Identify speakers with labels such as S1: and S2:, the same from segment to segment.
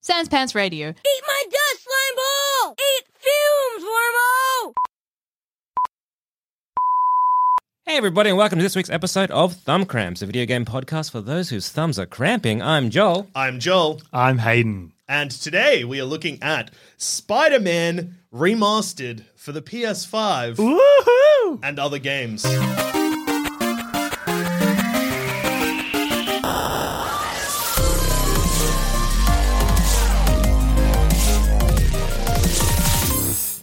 S1: Sans Pants Radio.
S2: Eat my dust, slime ball! Eat fumes, wormo!
S3: Hey, everybody, and welcome to this week's episode of Thumb Cramps, a video game podcast for those whose thumbs are cramping. I'm Joel.
S4: I'm Joel,
S5: I'm Hayden.
S4: and today we are looking at Spider Man Remastered for the PS5
S5: Woohoo! Uh,
S4: and other games.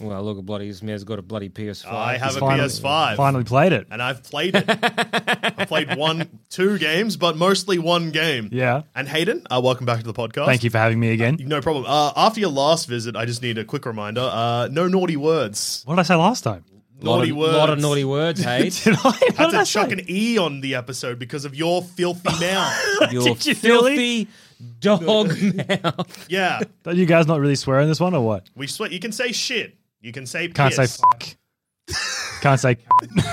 S3: Well, look at bloody, this man's got a bloody PS5.
S4: I have a
S5: Finally-
S4: PS5,
S5: Finally played it.
S4: and I've played it. I played one, two games, but mostly one game.
S5: Yeah.
S4: And Hayden, uh, welcome back to the podcast.
S5: Thank you for having me again.
S4: No problem. Uh, after your last visit, I just need a quick reminder: uh, no naughty words.
S5: What did I say last time?
S3: lot
S4: naughty
S3: of,
S4: words.
S3: lot of naughty words, hey?
S5: Did I? What
S4: I had
S5: did I
S4: to
S5: say?
S4: chuck an e on the episode because of your filthy mouth.
S3: Your
S5: Did you
S3: filthy
S5: really?
S3: dog mouth.
S4: yeah,
S5: Don't you guys not really swear in this one or what?
S4: we sweat. You can say shit. You can say
S5: Can't
S4: piss.
S5: say fuck. Can't say can't,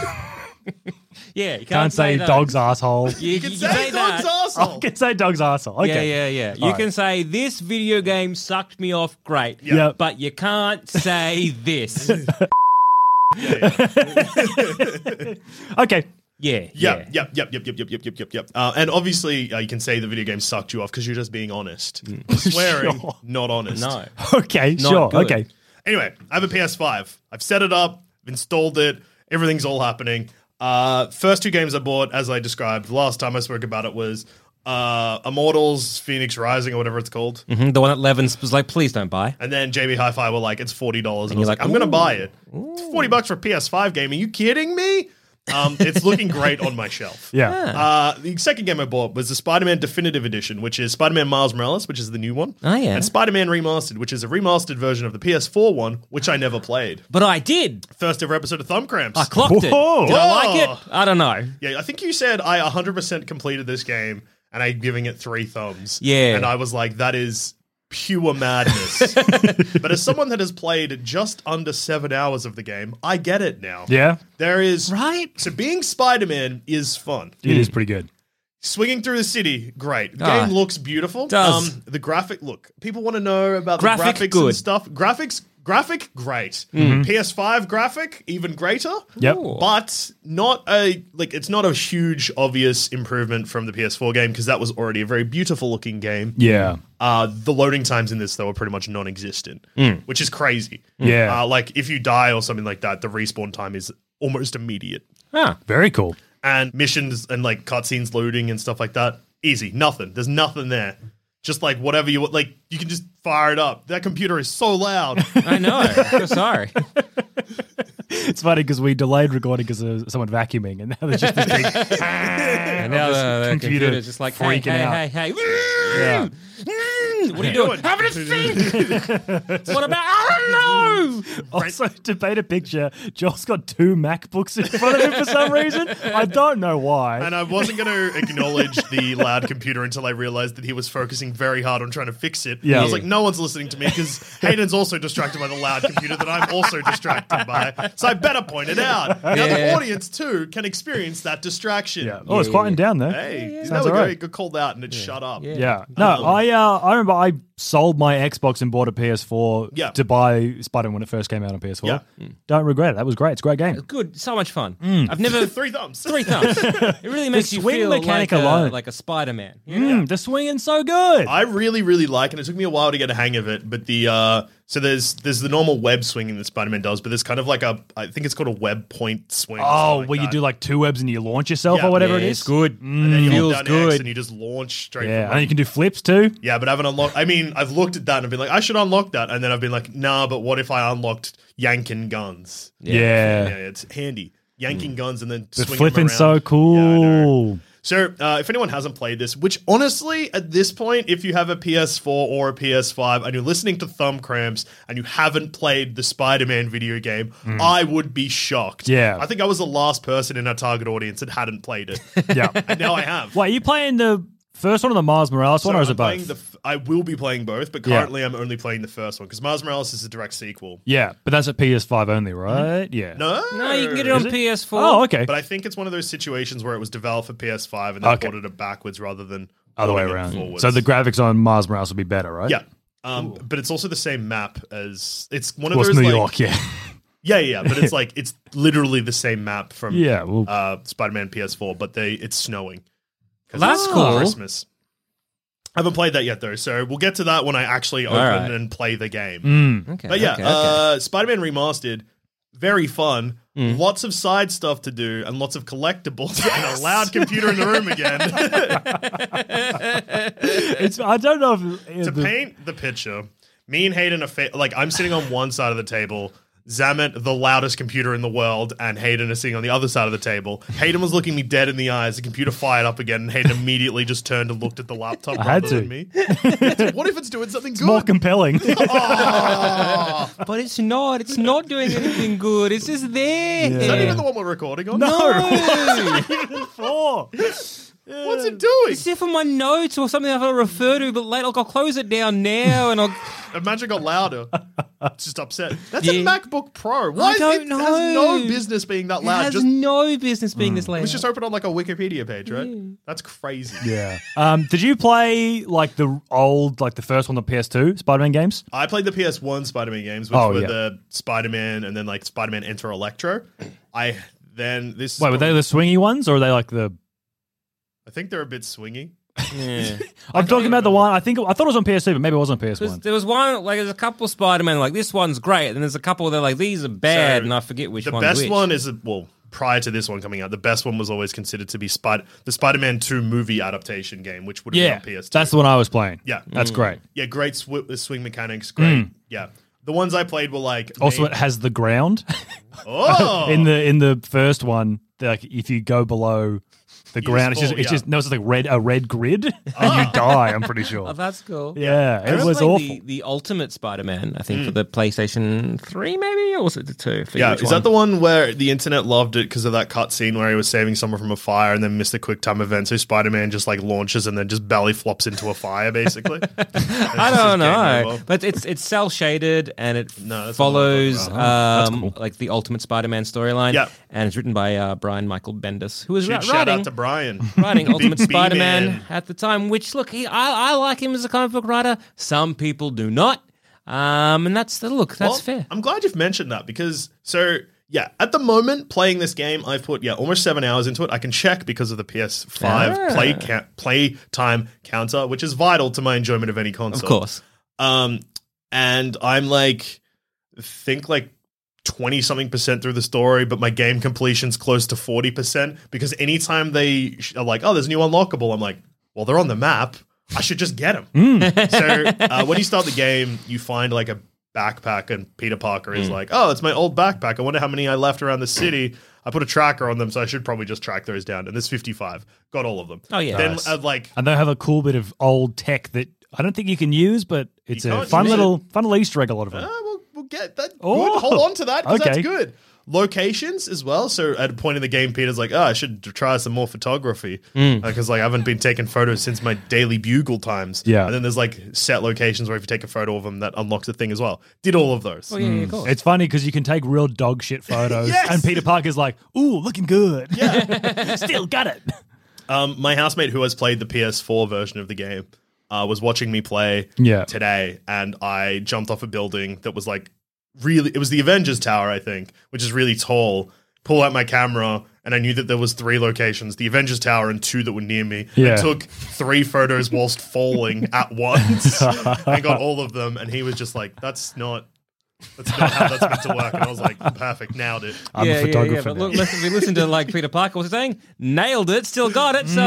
S3: Yeah, you can't,
S5: say
S3: that.
S5: dog's asshole.
S3: You,
S4: You can say,
S3: that.
S4: dog's arsehole.
S5: I can say dog's asshole. Okay.
S3: Yeah, yeah, yeah.
S5: All
S3: you
S5: right.
S3: can say this video game sucked me off great,
S4: Yeah.
S5: Yep.
S3: but you can't say this.
S5: Okay.
S3: yeah, yeah.
S4: Yep, yep, yep, yep, yep, yep, yep, yep, yep, yep. Uh, and obviously, uh, you can say the video game sucked you off because you're just being honest. Swearing,
S5: Sure.
S4: not honest.
S3: No.
S5: Okay.
S3: Not
S5: sure.
S3: good.
S5: Okay.
S4: Anyway, I have a PS5. I've set it up, I've installed it, everything's all happening. Uh, first two games I bought, as I described last time I spoke about it, was uh, Immortals, Phoenix Rising, or whatever it's called.
S3: Mhm, The one at Levin's was like, please don't buy.
S4: And then JB Hi Fi were like, it's $40. And, I
S3: you're
S4: was like,
S3: like,
S4: I'm going to
S3: ooh,
S4: buy it. It's 40 bucks for a PS5 game. Are you kidding me? Um, it's looking great on my shelf.
S5: Yeah.
S4: Uh, the second game I bought was the Spider-Man Definitive Edition, which is Spider-Man Miles Morales, which is the new one.
S3: Oh, yeah.
S4: And Spider-Man Remastered, which is a remastered version of the PS4 one, which I never played.
S3: But I did.
S4: First ever episode of Thumb Cramps.
S3: I clocked it.
S5: Whoa.
S3: Did I like it?
S4: Whoa.
S3: I don't know.
S4: yeah, I think you said I 100% completed this game, and I'm giving it three thumbs.
S3: Yeah.
S4: And I was like, that is pure madness. but as someone that has played just under seven hours of the game, I get it now.
S5: Yeah.
S4: There is...
S3: Right?
S4: So being Spider-Man is fun.
S5: It is pretty good.
S4: Swinging through the city, great. Game
S3: Ah.
S4: looks beautiful. Um,
S3: Does.
S4: the graphic look? People want to know about
S3: Graphic,
S4: the graphics
S3: good.
S4: and stuff. Graphics, graphic, great. PS5 graphic, even greater.
S5: Yep.
S3: Ooh.
S4: But not a like it's not a huge obvious improvement from the PS4 game because that was already a very beautiful looking game.
S5: Yeah.
S4: Uh, the loading times in this though are pretty much non-existent, which is crazy.
S5: Mm. Yeah.
S4: uh, like if you die or something like that, the respawn time is almost immediate
S3: Huh.
S5: Very cool.
S4: and missions and like cutscenes loading and stuff like that. Easy, nothing. There's nothing there. Just like whatever you want, like you can just fire it up. That computer is so loud.
S3: I know. I'm sorry.
S5: It's funny because we delayed recording because of someone vacuuming, and now there's just this big.
S3: And now uh, the, the
S5: computer
S3: computer's just like, hey,
S5: freaking
S3: hey,
S5: out.
S3: hey, hey, What are you doing? Having a think. what about? I don't know.
S5: Also, to paint a picture, Joel's got two MacBooks in front of him for some reason. I don't know why.
S4: and I wasn't going to acknowledge the loud computer until I realized that he was focusing very hard on trying to fix it.
S5: Yeah.
S4: I was like, no one's listening to me because Hayden's also distracted by the loud computer that I'm also distracted by. So I better point it out. Now the
S3: Yeah.
S4: audience too can experience that distraction.
S5: Yeah. Oh, it's quieting down there.
S4: Hey, yeah,
S5: Sounds
S4: we
S5: all
S4: go.
S5: right.
S4: It got called out and it shut up.
S5: Yeah. No, I uh, I remember I sold my Xbox and bought a PS4
S4: Yeah.
S5: to buy Spider when it first came out on PS4.
S4: Yeah.
S5: Don't regret it. That was great. It's a great game.
S3: Good. So much fun. I've never
S4: Three thumbs.
S3: three thumbs. It really makes you
S5: swing
S3: feel
S5: mechanic
S3: like a,
S5: alone.
S3: like a Spider-Man.
S5: Mm, the swinging's so good.
S4: I really, really like, and it took me a while to get a hang of it. But the uh, so there's there's the normal web swinging that Spider Man does, but there's kind of like a I think it's called a web point swing. or
S5: oh,
S4: something like
S5: where you
S4: that.
S5: do like two webs and you launch yourself
S4: Yeah.
S5: or whatever
S3: Yeah,
S5: it is.
S3: it's good. Mm.
S4: and then you hold
S3: feels
S4: down
S3: good.
S4: X and you just launch straight.
S5: Yeah,
S4: from
S5: and
S4: it.
S5: you can do flips too.
S4: yeah, but I haven't unlocked. I mean, I've looked at that and I've been like, I should unlock that, and then I've been like, nah, but what if I unlocked yanking guns?
S5: Yeah,
S4: Yeah, it's handy. Yanking guns and then
S5: the
S4: swinging
S5: flipping's
S4: them
S5: so
S4: around. Yeah, I know.
S5: cool.
S4: So, uh, if anyone hasn't played this, which honestly, at this point, if you have a PS4 or a PS5 and you're listening to Thumb Cramps and you haven't played the Spider Man video game, I would be shocked.
S5: Hmm. Yeah.
S4: I think I was the last person in our target audience that hadn't played it.
S5: yeah.
S4: and now I have.
S5: Wait, are you playing the first one or the Mars Morales
S4: So
S5: one, or is
S4: I'm
S5: it both?
S4: playing the f- I will be playing both, but
S5: Yeah.
S4: currently I'm only playing the first one because Mars Morales is a direct sequel.
S5: yeah, but that's at PS5 only, right? Yeah.
S4: Mm-hmm. No.
S3: No, Oh, you can get it on
S5: it?
S3: PS4.
S5: Oh, okay.
S4: But I think it's one of those situations where it was developed for PS5 and they
S5: Okay.
S4: ported it backwards rather than
S5: Other way
S4: porting it
S5: around.
S4: forwards.
S5: So the graphics on Mars Morales will be better, right?
S4: Yeah. Um, but it's also the same map as it's one of
S5: Of course,
S4: those
S5: New
S4: like,
S5: York, yeah.
S4: Yeah, yeah, but it's like it's literally the same map from
S5: Yeah, well-
S4: uh, Spider-Man PS4, but they it's snowing. 'Cause
S3: That's
S4: it's
S3: cool.
S4: Christmas. I haven't played that yet though, so we'll get to that when I actually open
S3: right.
S4: and play the game.
S3: Okay,
S4: But yeah,
S3: okay, okay.
S4: Uh, Spider-Man Remastered, very fun. Lots of side stuff to do and lots of collectibles and a loud computer in the room again
S5: It's I don't know if
S4: to
S5: the-
S4: paint the picture. Me and Hayden are fa- like I'm sitting on one side of the table. Zamet, the loudest computer in the world, and Hayden is sitting on the other side of the table. Hayden was looking me dead in the eyes. The computer fired up again, and Hayden immediately just turned and looked at the laptop.
S5: I had
S4: rather than
S5: to.
S4: me. Dude, what if it's doing something good?
S5: more compelling.
S3: but it's not. It's not doing anything good. It's just there.
S4: is that
S5: Yeah.
S4: even the one we're recording on?
S3: no.
S5: Four.
S4: What's it doing?
S3: It's there for my notes or something I will refer to, but later like, I'll close it down now and I'll.
S4: Imagine got louder. It's just upset. That's
S3: Yeah.
S4: a MacBook Pro. Why is
S3: don't
S4: it
S3: know.
S4: has no business being that
S3: It
S4: loud?
S3: has
S4: Just,
S3: no business being this loud.
S4: It's just open on like a Wikipedia page, right? That's crazy.
S5: Yeah. Um, did you play like the old, like the first one, on PS2 Spider-Man games?
S4: I played the PS1 Spider-Man games, which
S5: Oh,
S4: were
S5: yeah.
S4: the Spider-Man and then like Spider-Man Enter Electro. I then this is
S5: Wait, were they the
S4: probably-
S5: swingy ones, or are they like the?
S4: I think they're a bit swingy.
S3: Yeah.
S5: I'm talking about the one. I think I thought it was on PS2, but maybe it was on
S3: There's,
S5: PS1.
S3: there was one like there's a couple Spider Man like this one's great, and there's a couple that are like these are bad,
S4: So,
S3: and I forget which
S4: The
S3: one's
S4: best
S3: which.
S4: one is well, prior to this one coming out, the best one was always considered to be Spider the Spider-Man 2 movie adaptation game, which would have
S5: Yeah,
S4: been on PS2.
S5: that's the one I was playing.
S4: Yeah.
S5: that's great.
S4: yeah, great sw- swing mechanics, great.
S3: Mm.
S4: Yeah. The ones I played were like
S5: Also,
S4: main-
S5: it has the ground
S4: oh,
S5: in the in the first one. Like if you go below the ground, it's just
S4: fall,
S5: it's
S4: yeah.
S5: just no, it's just like red a red grid, and you die. I'm pretty sure.
S3: Oh, that's cool.
S5: Yeah,
S3: I
S5: it was
S3: played
S5: awful.
S3: The, the Ultimate Spider Man, I think, for the PlayStation 3, maybe? Or was it the 2?
S4: Mm. Yeah, is that the one where the internet loved it because of that cutscene where he was saving someone from a fire and then missed the quick time event? So Spider Man just like launches and then just belly flops into a fire, basically.
S3: I don't
S4: game
S3: know.
S4: over.
S3: But it's it's cell shaded and it
S4: No, that's not what I'm
S3: follows
S4: talking
S3: um, like the Ultimate Spider Man storyline.
S4: Yeah.
S3: And it's written by uh, Brian Michael Bendis, who was
S4: Shoot,
S3: ri-
S4: shout
S3: writing.
S4: out to Brian.
S3: writing Ultimate
S4: Big
S3: Spider Man
S4: B-man.
S3: at the time, which look, he, I, I like him as a comic book writer. Some people do not, um, and that's look, that's
S4: Well,
S3: fair.
S4: I'm glad you've mentioned that because so yeah, at the moment playing this game, I've put yeah almost seven hours into it. I can check because of the PS5
S3: Ah.
S4: play ca- play time counter, which is vital to my enjoyment of any console.
S3: of course,
S4: Um, and I'm like, think like 20 something percent through the story, but my game completion's close to 40% because anytime they sh- are like, oh, there's a new unlockable, I'm like, well, they're on the map. I should just get them.
S3: Hmm.
S4: so uh, when you start the game, you find like a backpack, and Peter Parker
S3: Hmm.
S4: is like, oh, it's my old backpack. I wonder how many I left around the city. I put a tracker on them, so I should probably just track those down. And there's 55. Got all of them.
S3: Oh, yeah.
S4: Then
S3: Nice.
S4: uh, like
S5: and they have a cool bit of old tech that I don't think you can use, but it's a
S4: can't
S5: fun
S4: use
S5: little fun little Easter egg. A lot of them.
S4: Ah, we'll, we'll get that.
S5: Oh,
S4: good. Hold on to that because that's
S5: okay.
S4: good. Locations as well. So at a point in the game, Peter's like, "Oh, I should try some more photography
S5: Mm.
S4: because like I haven't been taking photos since my daily bugle times."
S5: Yeah.
S4: and then there's like set locations where if you take a photo of them, that unlocks a thing as well. Did all of those?
S3: oh, yeah, yeah, of course.
S5: It's funny because you can take real dog shit photos,
S4: Yes!
S5: and Peter Parker's like, "Ooh, looking good. Yeah, still got it."
S4: Um, my housemate who has played the PS4 version of the game uh, was watching me play
S5: Yeah.
S4: today, and I jumped off a building that was like really. It was the Avengers Tower, I think, which is really tall. Pull out my camera, and I knew that there was three locations: the Avengers Tower and two that were near me.
S5: Yeah.
S4: I took three photos whilst falling at once, and got all of them. And he was just like, "That's not." That's not how that's meant to work. And I was like, perfect, nailed it.
S5: I'm
S3: yeah,
S5: a photographer.
S3: yeah, yeah. But
S5: now.
S3: look, listen, if we listen to like Peter Parker was saying, nailed it, still got it. So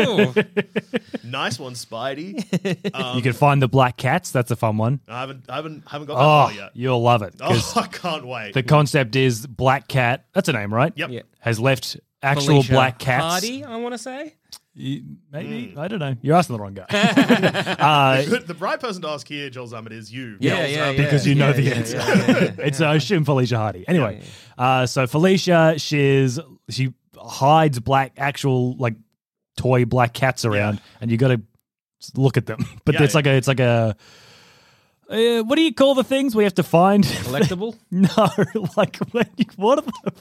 S3: ooh.
S4: Nice one, Spidey.
S5: you
S3: um,
S5: can find the black cats. That's a fun one.
S4: I haven't I haven't haven't got that
S5: Oh,
S4: far yet.
S5: you'll love it. 'cause
S4: Oh, I can't wait.
S5: The concept is black cat. That's a name, right?
S4: Yep. Yeah.
S5: Has left actual
S3: Felicia
S5: black cats.
S3: Hardy, I want to say.
S5: You- Maybe I don't know. You're asking the wrong guy. uh,
S4: Good- the right person to ask here, Joel Zammit, is you.
S3: Yeah, yeah,
S4: Joel Zammit.
S3: yeah.
S5: because you know the
S3: yeah,
S5: answer.
S3: yeah, yeah, yeah.
S5: it's uh, Shim Felicia Hardy. Anyway, Uh, so Felicia, she's she hides black actual like toy black cats around, and you got to look at them. But
S4: Yeah,
S5: it's like a it's like a uh, what do you call the things we have to find?
S3: Collectible?
S5: no, like when you, what are the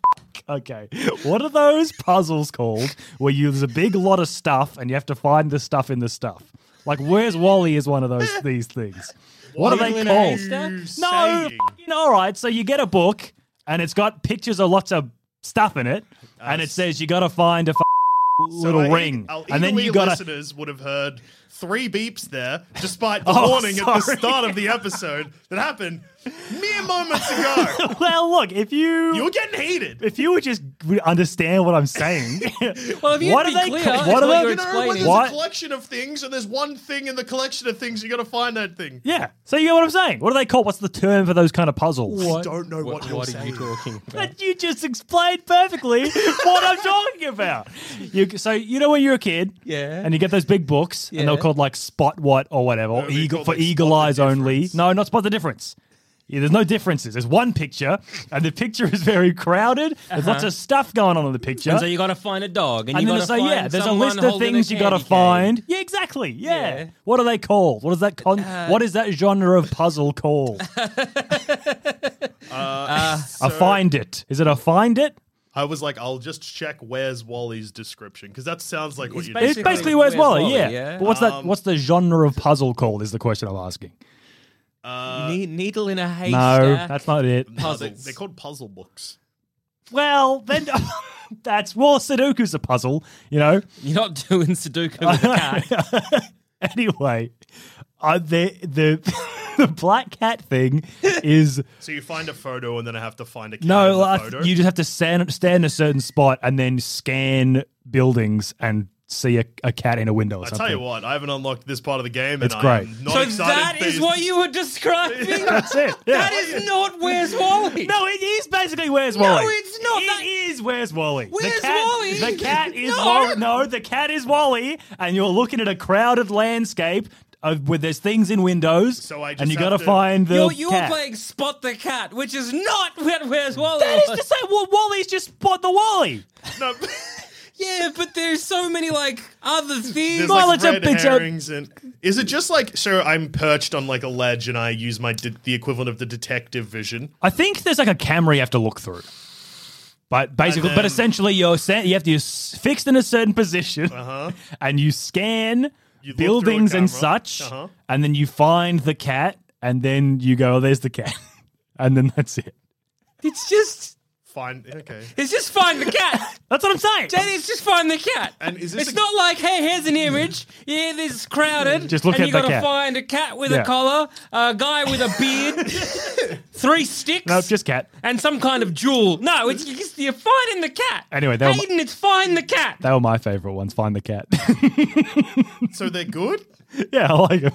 S5: okay? What are those puzzles called? Where you there's a big lot of stuff, and you have to find the stuff in the stuff. Like, where's Wally is one of those these things. What are they
S3: Wiggling
S5: called?
S4: Mm,
S3: haystack?
S5: No,
S4: saying?
S5: fucking all right. So you get a book, and it's got pictures of lots of stuff in it, and it
S4: s-
S5: says you got to find a f-
S4: So
S5: little
S4: our eag-
S5: ring,
S4: Our
S5: and then you
S4: eagerly
S5: got to.
S4: Oh, listeners would have heard three beeps there, despite the
S5: Oh,
S4: warning at the
S5: sorry.
S4: start of the episode that happened mere moments ago.
S5: Well, look if you
S4: You're getting heated.
S5: if you would just re- understand what I'm saying.
S3: Well, if you'd
S5: what
S3: be
S5: are they?
S3: clear,
S5: ca-
S3: it's
S5: what
S3: what
S5: are
S3: you're
S4: You
S5: they?
S4: know,
S3: explaining.
S4: when there's
S5: What?
S4: a collection of things and there's one thing in the collection of things, you got to find that thing.
S5: Yeah. So you get what I'm saying. What are they called? What's the term for those kind of puzzles?
S4: I don't know what, you're
S3: what are
S4: saying.
S3: you talking about?
S5: But you just explained perfectly what I'm talking about. You, so you know when you're a kid,
S3: Yeah.
S5: and you get those big books, and
S3: Yeah.
S5: they're called like Spot What or whatever, or
S4: they're
S5: eagle,
S4: called,
S5: for
S4: like,
S5: Eagle
S4: Spot the
S5: Eyes only.
S4: Difference.
S5: No, not Spot the Difference. Yeah, there's no differences. There's one picture, and the picture is very crowded. There's lots of stuff going on in the picture.
S3: Uh-huh. And so you got to find a dog, and,
S5: and
S3: you got to
S5: then there's so
S3: find
S5: yeah, there's a
S3: someone
S5: list of
S3: holding a
S5: things you got to
S3: candy cane.
S5: find. Yeah, exactly. Yeah.
S3: Yeah. Uh,
S5: What are they called? What is that con? what is that genre of puzzle called? a find it. Is it a find it?
S4: Uh, I was like, I'll just check where's Wally's description because that sounds like what
S3: It's
S4: you
S5: It's
S4: did.
S3: basically-
S5: basically Where's
S3: Where's
S5: Wally,
S3: Wally,
S5: yeah. Um,
S3: yeah.
S5: But what's that? What's the genre of puzzle called? Is the question I'm asking.
S3: Ne- needle in a haystack.
S5: Uh, No, that's not it.
S4: No, they,
S3: puzzles.
S4: they're called puzzle books.
S5: Well, then that's well, Sudoku's a puzzle, you know.
S3: You're not doing Sudoku with a cat.
S5: Anyway, uh, the the the black cat thing is
S4: So you find a photo and then I have to find a cat in
S5: no.
S4: the
S5: I-
S4: photo.
S5: you just have to stand stand in a certain spot and then scan buildings and see a, a cat in a window. Or
S4: I
S5: something.
S4: tell you what, I haven't unlocked this part of the game, and
S5: It's
S4: I am
S5: great.
S4: not
S3: So
S4: excited.
S3: that
S4: for
S3: is
S4: you-
S3: what you were describing.
S5: that's it. Yeah.
S3: That is not Where's Wally.
S5: No, it is basically Where's Wally.
S3: it's not.
S5: It
S3: That-
S5: is Where's Wally. the
S3: Where's
S5: cat,
S3: Wally?
S5: The cat is
S3: No.
S5: Wally. No, the cat is Wally, and you're looking at a crowded landscape of, where there's things in windows.
S4: So I just
S5: and you
S4: have
S5: gotta
S4: to-
S5: find the
S3: You're, you're
S5: cat.
S3: playing Spot the Cat, which is not what Where's Wally.
S5: That is
S3: was.
S5: to say, well, Wally's just spot the Wally.
S4: No,
S3: yeah, but there's so many like other things.
S4: there's
S5: Well,
S4: like
S5: it's a-
S4: red
S5: it's a-
S4: herrings and is it just like so? I'm perched on like a ledge, and I use my de- the equivalent of the detective vision.
S5: I think there's like a camera you have to look through. But basically,
S4: And
S5: but
S4: then-
S5: essentially, you're sen- you have to be s- fixed in a certain position, and Uh-huh. you scan
S4: You look through a
S5: buildings
S4: camera.
S5: and such,
S4: Uh-huh.
S5: and then you find the cat, and then you go, oh, "There's the cat," and then that's it.
S3: It's just,
S4: Fine, okay.
S3: it's just find the cat.
S5: That's what I'm saying.
S3: Then it's just find the cat.
S4: And is this
S3: it's
S4: a-
S3: not like, hey, here's an image. Yeah, this is crowded.
S5: Just look
S3: and
S5: at
S3: you
S5: the
S3: gotta
S5: cat.
S3: find a cat with
S5: Yeah.
S3: a collar, a guy with a beard, three sticks,
S5: no, just cat.
S3: and some kind of jewel. No, it's just you're finding the cat.
S5: Anyway, they were-
S3: Hayden, it's find the cat.
S5: They were my favorite ones. Find the cat.
S4: So they're good.
S5: yeah, I like it.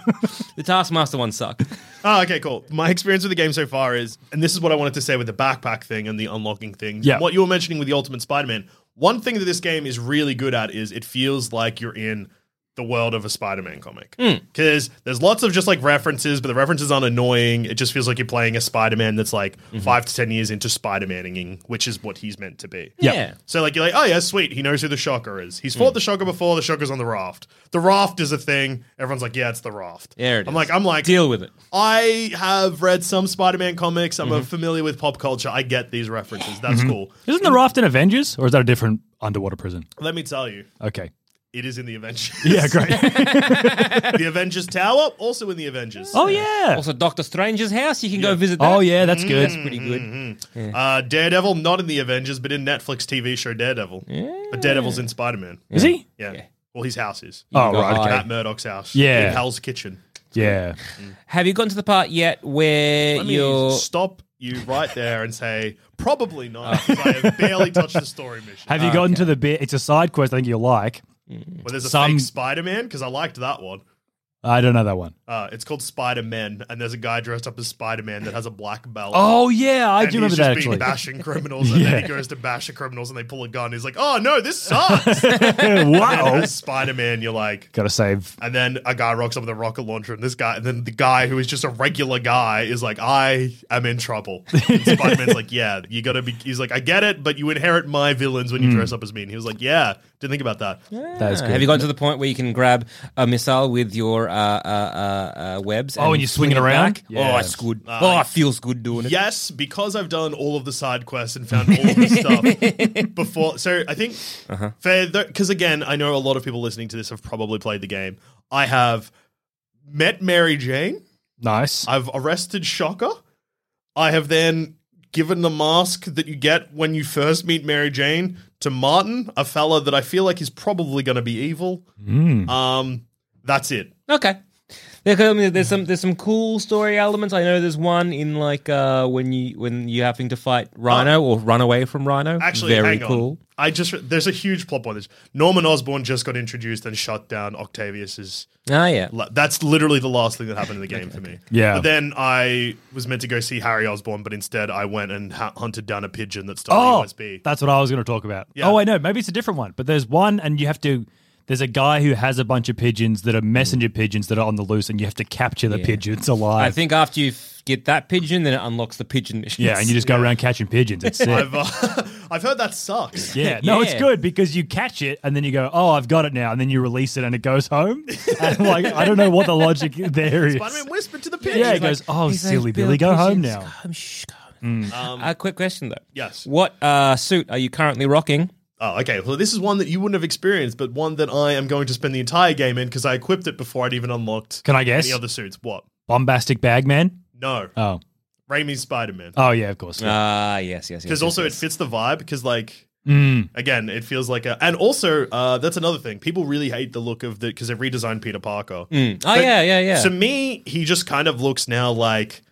S3: The Taskmaster one sucked.
S4: Oh, okay, cool. My experience with the game so far is, and this is what I wanted to say with the backpack thing and the unlocking thing.
S5: Yeah.
S4: What you were mentioning with the Ultimate Spider-Man, one thing that this game is really good at is it feels like you're in the world of a Spider-Man comic.
S3: Hmm.
S4: Because there's lots of just like references, but the references aren't annoying. It just feels like you're playing a Spider-Man that's like
S3: Mm-hmm.
S4: five to ten years into Spider-Maning, which is what he's meant to be.
S5: Yeah.
S4: So like you're like, oh yeah, sweet. He knows who the shocker is.
S3: Hmm.
S4: He's fought the shocker before. The shocker's on the raft. The raft is a thing. Everyone's like, yeah, it's the raft.
S3: There it is.
S4: I'm like, I'm like,
S3: Deal with it.
S4: I have read some Spider-Man comics.
S5: Mm-hmm.
S4: I'm uh, familiar with pop culture. I get these references. That's cool.
S5: Isn't the raft in Avengers, or is that a different underwater prison?
S4: Let me tell you,
S5: Okay.
S4: it is in the Avengers.
S5: Yeah, great.
S4: the Avengers Tower, also in the Avengers.
S5: oh yeah.
S3: Also, Doctor Strange's house. You can go visit. That.
S5: Oh yeah, that's good.
S3: That's pretty good.
S4: Uh, Daredevil, not in the Avengers, but in Netflix TV show Daredevil. But Daredevil's in Spider-Man.
S5: Is he?
S4: Yeah. Well, his house is.
S5: Oh
S3: got
S5: right. Okay.
S4: Matt Murdock's house.
S5: Yeah.
S4: In Hell's Kitchen.
S5: Yeah.
S3: Have you gotten to the part yet where
S4: Let me
S3: you're?
S4: stop you right there and say, probably not, 'cause I have barely touched the story mission.
S5: Have you gotten to the bit? It's a side quest. I think you like.
S4: Well, there's a
S5: Some-
S4: fake Spider-Man, because I liked that one.
S5: I don't know that one.
S4: Uh, it's called Spider Man, and there's a guy dressed up as Spider Man that has a black belt.
S5: Oh yeah, I
S4: and
S5: do
S4: he's
S5: remember
S4: just
S5: that
S4: being
S5: actually.
S4: bashing criminals, and then
S5: Yeah.
S4: he goes to bash the criminals, and they pull a gun. He's like, "Oh no, this sucks!"
S5: wow.
S4: Spider Man, you're like,
S5: Gotta save.
S4: and then a guy rocks up with a rocket launcher, and this guy, and then the guy who is just a regular guy is like, "I am in trouble." Spider Man's like, "Yeah, you gotta be." He's like, "I get it, but you inherit my villains when you
S5: Hmm.
S4: dress up as me." And he was like, "Yeah, didn't think about that."
S5: That is good.
S3: Uh, Have you gotten to the point where you can grab a missile with your uh, uh, uh, uh, webs?
S5: Oh, and you swing it around?
S3: back?
S5: Yeah.
S3: Oh, it's good. oh, it feels good doing it.
S4: Yes, because I've done all of the side quests and found all the stuff before. So I think, because again, I know a lot of people listening to this have probably played the game. I have met Mary Jane.
S5: Nice.
S4: I've arrested Shocker. I have then given the mask that you get when you first meet Mary Jane to Martin, a fella that I feel like is probably going to be evil. Um, that's it.
S3: Okay. There could- I mean, There's some there's some cool story elements. I know there's one in like uh, when you when you're having to fight Rhino or run away from Rhino.
S4: Actually,
S3: very
S4: hang on.
S3: cool.
S4: I just re- there's a huge plot point. There's- Norman Osborn just got introduced and shut down Octavius's.
S3: Ah, yeah.
S4: la- That's literally the last thing that happened in the game for me.
S5: Yeah.
S4: But then I was meant to go see Harry Osborn, but instead I went and ha- hunted down a pigeon that stole
S5: Oh,
S4: a USB.
S5: that's what I was going to talk about.
S4: Yeah.
S5: Oh, I know. Maybe it's a different one, but there's one, and you have to. There's a guy who has a bunch of pigeons that are messenger pigeons that are on the loose, and you have to capture the pigeons alive.
S3: I think after you f- get that pigeon, then it unlocks the pigeon mission.
S5: yeah, and you just go around catching pigeons. It's sick.
S4: I've, uh, I've heard that sucks.
S5: yeah, no, it's
S3: Yeah.
S5: good because you catch it and then you go, "Oh, I've got it now," and then you release it and it goes home. And like, I don't know what the logic there is.
S4: Spider-Man whispered to the pigeon.
S5: Yeah, it goes, "Oh,
S3: He's like,
S5: silly Billy, go
S3: "Bill,
S5: home
S3: pigeons,
S5: now."
S3: Go home, shh, go home. Uh, quick question though.
S4: Yes.
S3: What uh, suit are you currently rocking?
S4: Oh, okay. Well, this is one that you wouldn't have experienced, but one that I am going to spend the entire game in because I equipped it before I'd even unlocked
S5: Can I guess?
S4: any other suits. What?
S5: Bombastic Bagman.
S4: No.
S5: Oh,
S4: Raimi's Spider-Man.
S5: oh yeah, of course.
S3: Ah, yes, yes, yes.
S4: Because
S3: yes,
S4: also it
S3: yes.
S4: fits the vibe because, like,
S5: Mm.
S4: again, it feels like a... And also, uh, that's another thing. People really hate the look of the... Because they've redesigned Peter Parker.
S3: Mm. Oh
S4: But
S3: yeah, yeah, yeah.
S4: To me, he just kind of looks now like...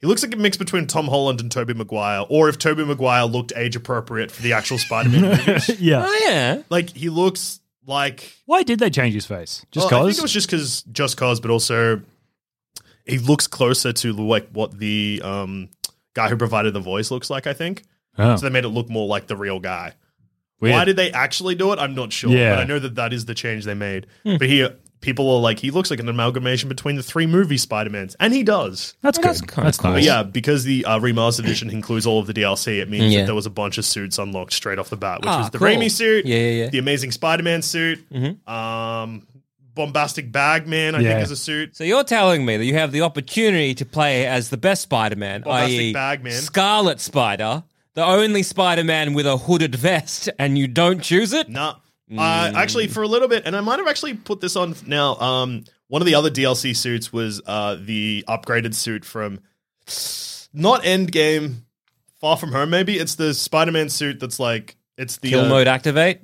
S4: He looks like a mix between Tom Holland and Tobey Maguire, or if Tobey Maguire looked age appropriate for the actual Spider-Man movie.
S5: yeah.
S3: oh yeah.
S4: Like he looks like
S5: Why did they change his face? Just
S4: Well, I think
S5: cause?
S4: it was just because just cause, but also he looks closer to like what the um, guy who provided the voice looks like. I think
S5: Oh,
S4: so. They made it look more like the real guy.
S5: weird.
S4: Why did they actually do it? I'm not sure.
S5: Yeah.
S4: but I know that that is the change they made.
S3: Hmm.
S4: But here, people are like, he looks like an amalgamation between the three movie Spider Mans, and he does.
S5: That's
S3: That's
S5: good.
S3: kinda
S5: That's
S3: cool.
S5: nice.
S4: But yeah, because the uh, remastered edition includes all of the DLC, it means
S3: Yeah.
S4: that there was a bunch of suits unlocked straight off the bat, which
S3: Ah,
S4: was the
S3: cool.
S4: Raimi suit,
S3: Yeah, Mm-hmm. yeah, yeah.
S4: the Amazing Spider-Man suit, um, Bombastic Bagman, I
S5: Yeah.
S4: think, is a suit.
S3: So you're telling me that you have the opportunity to play as the best Spider-Man,
S4: Bombastic
S3: i.e.,
S4: Bagman.
S3: Scarlet Spider, the only Spider-Man with a hooded vest, and you don't choose it?
S4: Nah, uh, actually, for a little bit, and I might have actually put this on now. Um, one of the other DLC suits was uh, the upgraded suit from not Endgame, Far From Home. Maybe it's the Spider-Man suit that's like it's the
S3: Kill
S4: uh,
S3: mode activate.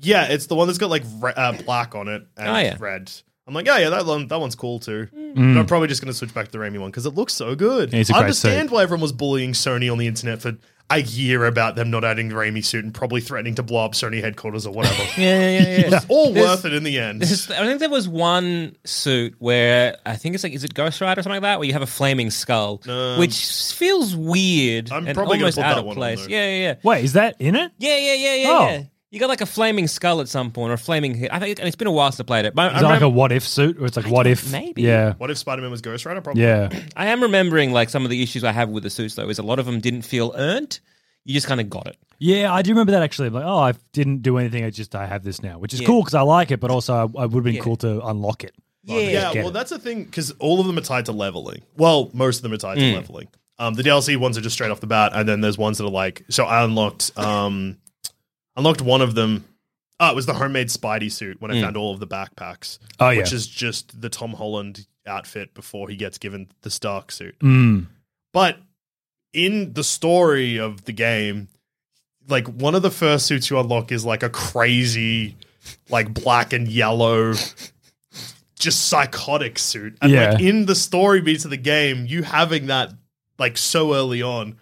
S4: Yeah, it's the one that's got like re- uh, black on it and
S3: Oh, yeah.
S4: red. I'm like, "Oh, yeah, yeah, that one, that one's cool too. But I'm probably just going to switch back to the Raimi one because it looks so good.
S5: Mm. It's a
S4: I
S5: great
S4: understand why everyone was bullying Sony on the internet for a year about them not adding the Raimi suit and probably threatening to blow up Sony headquarters or whatever.
S3: Yeah, yeah, yeah. yeah.
S4: It's all
S3: There's-
S4: worth it in the end.
S3: There's- I think there was one suit where I think it's like is it Ghost Rider or something like that, where you have a flaming skull,
S4: Um,
S3: which feels weird
S4: I'm
S3: and
S4: probably gonna
S3: almost
S4: put
S3: out
S4: that
S3: of
S4: one on,
S3: place.
S4: though.
S3: yeah, yeah, yeah.
S5: Wait, is that in it?
S3: Yeah, yeah, yeah, yeah,
S5: Oh.
S3: yeah. You got like a flaming skull at some point, or a flaming. head. I think, and it's been a while since I played it. But I,
S5: Is that like
S3: remem-
S5: a what if suit? Or it's like what if?
S3: maybe.
S5: Yeah.
S4: What if Spider Man was Ghost Rider? Probably.
S5: Yeah.
S3: I am remembering like some of the issues I have with the suits though. Is a lot of them didn't feel earned. You just kind of got it.
S5: Yeah, I do remember that actually. I'm like, oh, I didn't do anything. I just I have this now, which is cool because I like it, but also I, I would have been cool to unlock it.
S4: Yeah,
S5: get
S4: well,
S5: it.
S4: that's the thing because all of them are tied to leveling. Well, most of them are tied to leveling. Um, the DLC ones are just straight off the bat, and then there's ones that are like. So I unlocked, um, unlocked one of them. Oh, it was the homemade Spidey suit when I found all of the backpacks.
S5: Oh, yeah.
S4: which is just the Tom Holland outfit before he gets given the Stark suit.
S5: Mm.
S4: But in the story of the game, like one of the first suits you unlock is like a crazy, like black and yellow, just psychotic suit. And like
S5: Yeah.
S4: in the story beats of the game, you having that like so early on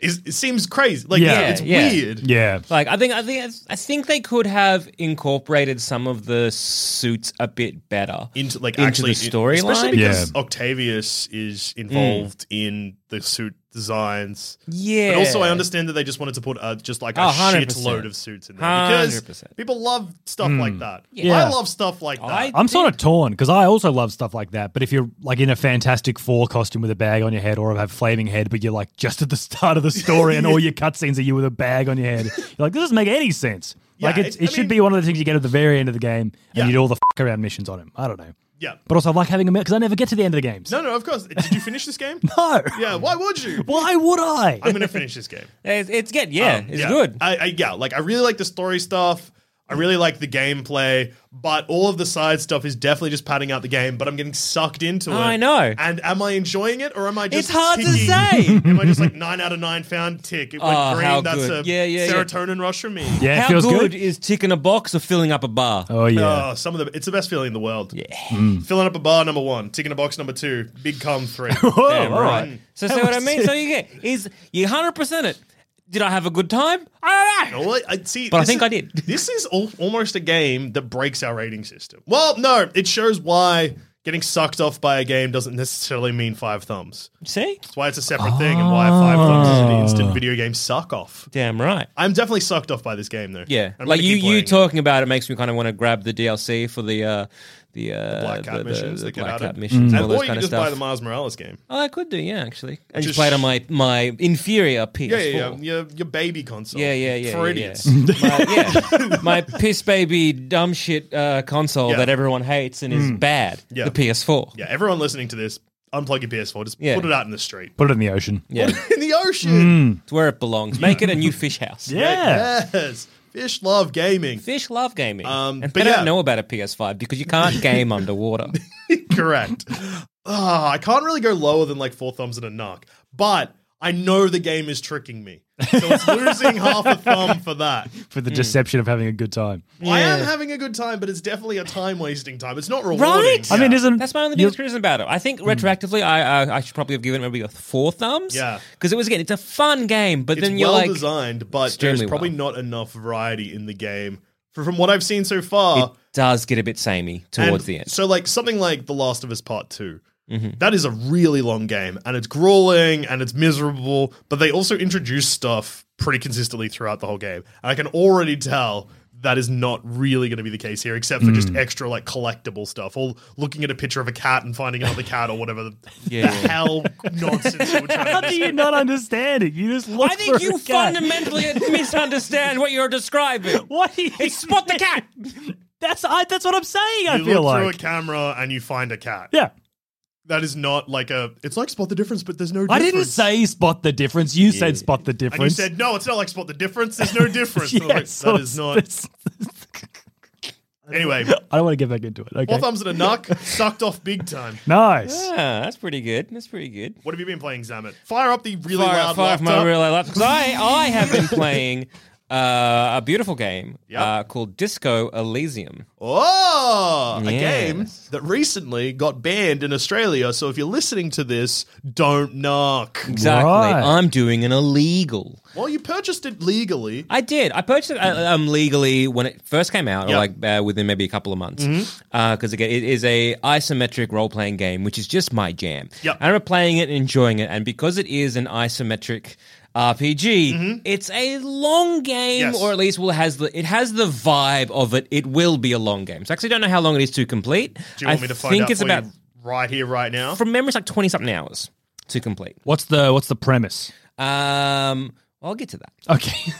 S4: is it seems crazy. Like
S5: Yeah.
S4: yeah, it's
S3: Yeah.
S4: weird.
S5: Yeah.
S3: Like I think I think I think they could have incorporated some of the suits a bit better.
S4: Into like
S3: Into
S4: actually
S3: the
S4: it-
S3: storyline?
S4: especially
S5: Yeah.
S4: because Octavius is involved in the suit designs.
S3: Yeah.
S4: But also, I understand that they just wanted to put uh, just like a
S3: Oh,
S4: shit
S3: 100%.
S4: load of suits in there because
S3: 100%.
S4: people love stuff like that.
S5: Yeah.
S4: I love stuff like that.
S3: Hmm. I-
S5: I'm sort of torn because I also love stuff like that. But if you're like in a Fantastic Four costume with a bag on your head or have flaming head, but you're like just at the start of the story and all your cutscenes are you with a bag on your head, you're like, this doesn't make any sense.
S4: Yeah,
S5: like, it's,
S4: it-
S5: it,
S4: I
S5: should
S4: mean-
S5: be one of the things you get at the very end of the game and
S4: Yeah.
S5: you do all the f- around missions on him. I don't know.
S4: yeah.
S5: But also, I like having a because I never get to the end of the games.
S4: No, no, of course. Did you finish this game?
S5: No.
S4: Yeah. Why would you?
S5: Why would I?
S4: I'm gonna finish this game.
S3: It's, it's good. Yeah,
S4: Um,
S3: it's good.
S4: I, I yeah, like I really like the story stuff. I really like the gameplay, but all of the side stuff is definitely just padding out the game. But I'm getting sucked into it.
S3: I know.
S4: And am I enjoying it, or am I just?
S3: It's hard to
S4: ticking-
S3: say.
S4: Am I just like nine out of nine found tick? It went
S3: Oh,
S4: green.
S3: how
S4: that's
S3: good.
S4: a
S3: Yeah, yeah, yeah.
S4: serotonin rush for me.
S5: Yeah, it
S3: How
S5: feels
S3: good,
S5: good.
S3: is ticking a box or filling up a bar?
S5: Oh yeah.
S4: Oh, some of the it's the best feeling in the world. Yeah. Filling up a bar number one, ticking a box number two, big cum three.
S5: Oh,
S3: Damn right. So see what I
S5: was
S3: mean. So you get is you hundred percent it. Did I have a good time? I don't know.
S4: Well, I, see,
S3: But I
S4: this
S3: think
S4: is-
S3: I did.
S4: This is al- almost a game that breaks our rating system. Well, no, it shows why getting sucked off by a game doesn't necessarily mean five thumbs.
S3: See,
S4: It's why it's a separate thing, and why five thumbs is an
S3: Ah.
S4: instant video game suck off.
S3: damn right.
S4: I'm definitely sucked off by this game, though.
S3: Yeah,
S4: And I'm
S3: like
S4: gonna
S3: you
S4: keep
S3: you
S4: playing it.
S3: talking about it makes me kind of want to grab the DLC for the uh, the, uh,
S4: Black Cat missions,
S3: the,
S4: that get
S3: Black
S4: added.
S3: Cat missions,
S4: And
S3: all those
S4: or you
S3: kind
S4: can
S3: of
S4: just
S3: stuff.
S4: buy the Mars Morales game.
S3: Oh, I could do, yeah, actually. I
S4: is-
S3: just played on my my inferior PS4.
S4: Yeah, yeah, yeah. Your, your baby console.
S3: Yeah, yeah, yeah,
S4: For
S3: yeah,
S4: idiots.
S3: my, yeah, my piss baby dumb shit uh, console
S4: Yeah.
S3: that everyone hates and is bad.
S4: Yeah.
S3: The PS4.
S4: Yeah, everyone listening to this, unplug your PS4. Just
S3: Yeah. Mm.
S4: put it out in the street.
S5: Put it in the ocean.
S3: Yeah.
S4: in the ocean.
S3: it's where it belongs. Make it a new fish house.
S4: Yes. Fish love gaming.
S3: Fish love gaming,
S4: Um,
S3: and
S4: but
S3: they
S4: yeah.
S3: don't know about a PS5 because you can't game underwater.
S4: Correct. Ah, I can't really go lower than like four thumbs and a knock, but I know the game is tricking me. So it's losing half a thumb for that.
S5: For the deception of having a good time.
S4: I
S3: Yeah.
S4: am having a good time, but it's definitely a time wasting time. It's not rewarding.
S3: Right?
S4: Yeah.
S5: I mean, isn't
S3: That's my only
S5: you're-
S3: biggest criticism about it. I think
S4: Hmm.
S3: retroactively, I, I I should probably have given it maybe a four thumbs.
S4: Yeah.
S3: because it was again, it's a fun game, but
S4: it's
S3: then you're
S4: well
S3: like,
S4: designed, but there's
S3: extremely
S4: probably not enough variety in the game. For from what I've seen so far,
S3: it does get a bit samey
S4: And
S3: towards the end.
S4: So, like something like The Last of Us Part 2
S5: Mm-hmm.
S4: that is a really long game, and it's grueling and it's miserable. But they also introduce stuff pretty consistently throughout the whole game, and I can already tell that is not really going to be the case here, except for
S5: Mm.
S4: just extra like collectible stuff, or looking at a picture of a cat and finding another cat, or whatever the,
S3: Yeah,
S4: the
S3: yeah.
S4: hell nonsense you were
S5: How
S4: trying to
S5: do
S4: do.
S5: you not understand it? You just look
S3: I think
S5: for
S3: you
S5: a cat.
S3: fundamentally misunderstand what you're describing.
S5: What do you
S3: It's spot the cat.
S5: That's I, that's what I'm saying. I
S4: You
S5: feel
S4: look
S5: like
S4: through a camera and you find a cat.
S5: yeah.
S4: That is not like a. It's like spot the difference, but there's no.
S5: I
S4: difference.
S5: didn't say spot the difference. You said spot the difference.
S4: And you said no. It's not like spot the difference. There's no difference. And I was like,
S5: Yes, so
S4: that is not.
S5: it's-
S4: Anyway,
S5: I don't want to get back into it. Okay.
S4: four thumbs and a knock, sucked off big time.
S5: nice.
S3: Ah, that's pretty good. That's pretty good.
S4: What have you been playing, Zamet? Fire up the really
S3: fire,
S4: loud
S3: fire up my
S4: laptop.
S3: real life because I, I have been playing uh, a beautiful game
S4: Yep.
S3: uh, called Disco Elysium.
S4: oh, a
S3: Yes.
S4: game that recently got banned in Australia. So if you're listening to this, don't knock.
S3: Exactly.
S5: Right.
S3: I'm doing an illegal.
S4: Well, you purchased it legally.
S3: I did. I purchased it uh, um, legally when it first came out,
S4: Mm-hmm. Yeah. Mm-hmm.
S3: or like uh, within maybe a couple of months, because again, it is a isometric role playing game, which is just my jam.
S4: Yep.
S3: I remember playing it and enjoying it, and because it is an isometric RPG, it's a long game,
S4: Mm-hmm. Yes.
S3: or at least well, it has the it has the vibe of it. It will be a long game. So I actually don't know how long it is to complete.
S4: Do you want
S3: I
S4: me to
S3: think
S4: find out
S3: it's
S4: for
S3: about
S4: you right here, right now?
S3: from memory, it's like twenty something hours to complete.
S5: What's the what's the premise?
S3: Um, well, I'll get to that.
S5: Okay.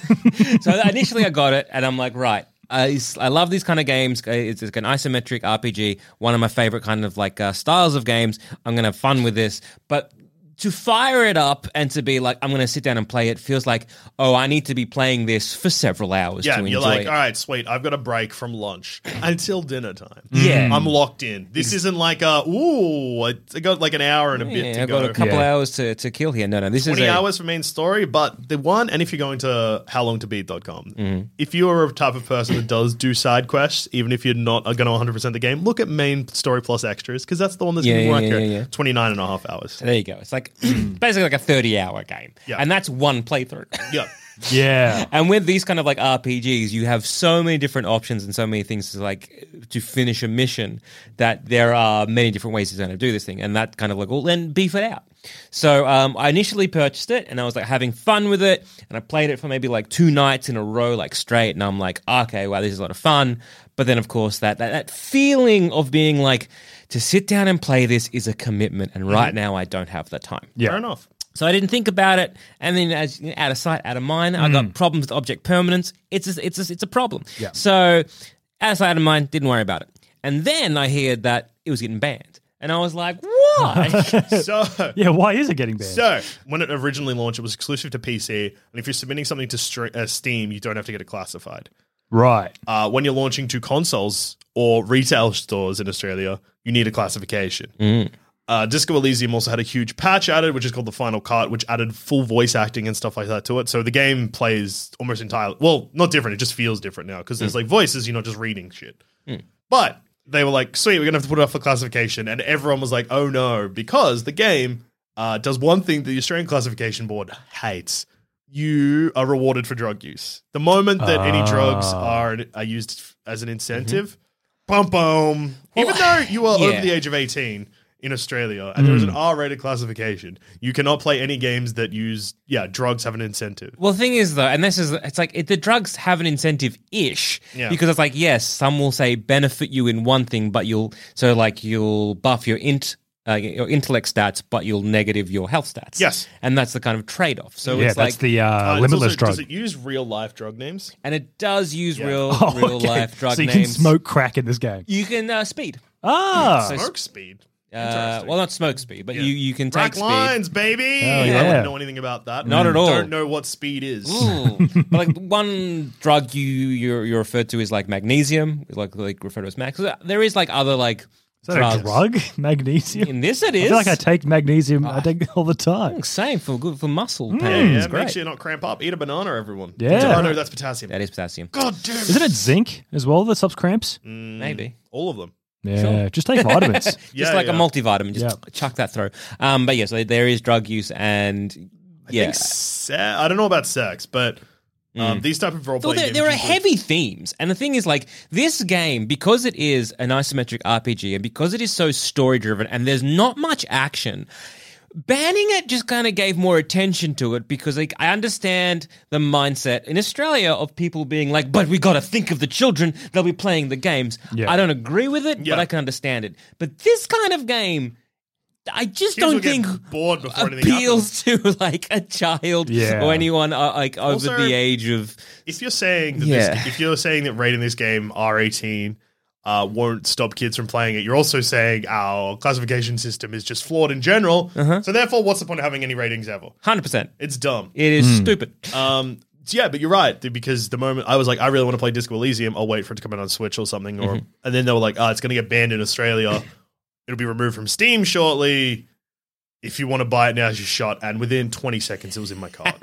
S3: so initially I got it, and I'm like, right. I, s- I love these kind of games. Uh, It's, it's an isometric RPG, one of my favorite kind of like uh, styles of games. I'm gonna have fun with this, but to fire it up and to be like, I'm gonna sit down and play it feels like, oh, I need to be playing this for several hours
S4: yeah,
S3: to
S4: and
S3: enjoy
S4: you're like,
S3: it.
S4: all right, sweet. I've got a break from lunch until dinner time.
S3: Mm. Yeah.
S4: I'm locked in. This isn't like a ooh. I I got like an hour and a bit to
S3: yeah, I've
S4: go.
S3: got a couple
S5: Yeah.
S3: hours to, to kill here. No, no, this is
S4: 20
S3: a,
S4: hours for main story, but the one, and if you're going to howlongtobeat.com,
S3: Mm-hmm.
S4: if you are a type of person that does do side quests, even if you're not going to 100% the game, look at main story plus extras because that's the one that's
S3: Yeah,
S4: going to
S3: yeah,
S4: work
S3: yeah,
S4: here.
S3: yeah, yeah.
S4: 29 and a half hours.
S3: There you go. It's like basically like a 30 hour game,
S4: Yeah.
S3: and that's one playthrough.
S4: yeah.
S5: yeah.
S3: And with these kind of like RPGs, you have so many different options and so many things to like to finish a mission that there are many different ways you're going to do this thing, and that kind of like well then beef it out. So um, I initially purchased it and I was like having fun with it, and I played it for maybe like two nights in a row, like straight, and I'm like, okay, wow, this is a lot of fun. But then of course that that, that feeling of being like to sit down and play this is a commitment, and right now I don't have that time.
S5: Yeah.
S4: Fair enough.
S3: So I didn't think about it, and then as you know, out of sight, out of mind. I got problems with object permanence. It's a, it's a, it's a problem.
S5: Mm. Yeah.
S3: So out of sight, out of mind. Didn't worry about it. And then I heard that it was getting banned, and I was like, "Why?"
S4: So.
S5: Yeah. Why is it getting banned?
S4: So, when it originally launched, it was exclusive to PC, and if you're submitting something to stre- uh, Steam, you don't have to get it classified.
S5: Right.
S4: uh, when you're launching to consoles or retail stores in Australia, you need a classification. Uh, Disco Elysium also had a huge patch added, which is called the Final Cut, which added full voice acting and stuff like that to it. So the game plays almost entirely well, not different. It just feels different now because there's like voices, you're not just reading shit. But they were like, sweet, we're gonna have to put it up for classification, and everyone was like, oh no, because the game uh, does one thing that the Australian classification board hates. You are rewarded for drug use. The moment that any drugs
S5: Ah.
S4: are are used as
S5: Mm-hmm.
S4: an incentive, bum bum. Even though you are
S3: yeah.
S4: over the age of eighteen in Australia and there is an
S5: Hmm.
S4: R-rated classification, you cannot play any games that use yeah drugs have an incentive.
S3: Well, the thing is though, and this is it's like it, the drugs have an incentive ish
S4: Yeah.
S3: because it's like yes, some will say benefit you in one thing, but you'll so like you'll buff your int. Uh, your intellect stats, but you'll negative your health stats.
S4: Yes.
S3: and that's the kind of trade-off. So
S5: yeah,
S3: Oh, it's
S5: that's
S3: like,
S5: the
S4: Uh,
S5: uh,
S4: it's
S5: limitless
S4: also-
S5: drug.
S4: Does it use real life drug names?
S3: and it does use real,
S5: Oh,
S3: real
S5: okay.
S3: life drug
S5: So you
S3: names.
S5: can smoke crack in this game.
S3: You can uh, speed.
S5: Ah,
S3: So-
S4: Smoke speed.
S3: Uh, well, not smoke speed, but you, you can
S4: Rack
S3: take speed.
S4: lines, baby.
S5: yeah.
S4: I wouldn't know anything about that.
S3: Not at all.
S4: Don't know what speed is.
S3: Ooh. but like one drug you you're, you're referred to is like magnesium, like like referred to as max. There is like other like
S5: is that a drug? Magnesium.
S3: In this, Ah. it
S5: I
S3: is.
S5: feel like I take magnesium. I take it all the time.
S3: same for good for muscle
S5: Mm.
S3: pain.
S4: Yeah,
S3: It's
S4: make
S3: great.
S4: sure you're not cramp up. Eat a banana, everyone.
S5: Yeah.
S4: Oh no, that's potassium.
S3: That is potassium.
S4: God damn it.
S5: Isn't it zinc as well that stops cramps?
S3: Maybe.
S4: All of them.
S5: Yeah, just take vitamins.
S3: just
S4: Yeah,
S3: like
S4: yeah.
S3: a multivitamin, just
S5: Yeah.
S3: chuck that through. Um, but yes, there is drug use and
S4: I,
S3: yeah. Mm.
S4: think se- I don't know about sex, but um, these type of role
S3: Well,
S4: playing
S3: there,
S4: games
S3: there are
S4: usually-
S3: heavy themes, and the thing is, like this game, because it is an isometric RPG, and because it is so story driven, and there's not much action. Banning it just kind of gave more attention to it because, like, I understand the mindset in Australia of people being like, "But we got to think of the children; they'll be playing the games."
S5: Yeah.
S3: I don't agree with it,
S4: Yeah.
S3: but I can understand it. But this kind of game, I just
S4: Kids will
S3: don't
S4: get
S3: think
S4: bored before anything happens.
S3: appeals to like a child
S5: Yeah.
S3: or anyone uh, like over
S4: Also-
S3: the age of
S4: If you're saying that
S3: Yeah.
S4: this, if you're saying that rating this game R eighteen uh, won't stop kids from playing it, you're also saying our classification system is just flawed in general.
S3: Uh-huh.
S4: So therefore, what's the point of having any ratings ever?
S3: hundred percent.
S4: It's dumb.
S3: It is stupid.
S4: Um, so yeah, but you're right th- because the moment I was like, I really want to play Disco Elysium. I'll wait for it to come out on Switch or something.
S3: Mm-hmm.
S4: Or and then they were like, oh, it's going to get banned in Australia. It'll be removed from Steam shortly. If you want to buy it now, as your shot. And within 20 seconds, it was in my cart.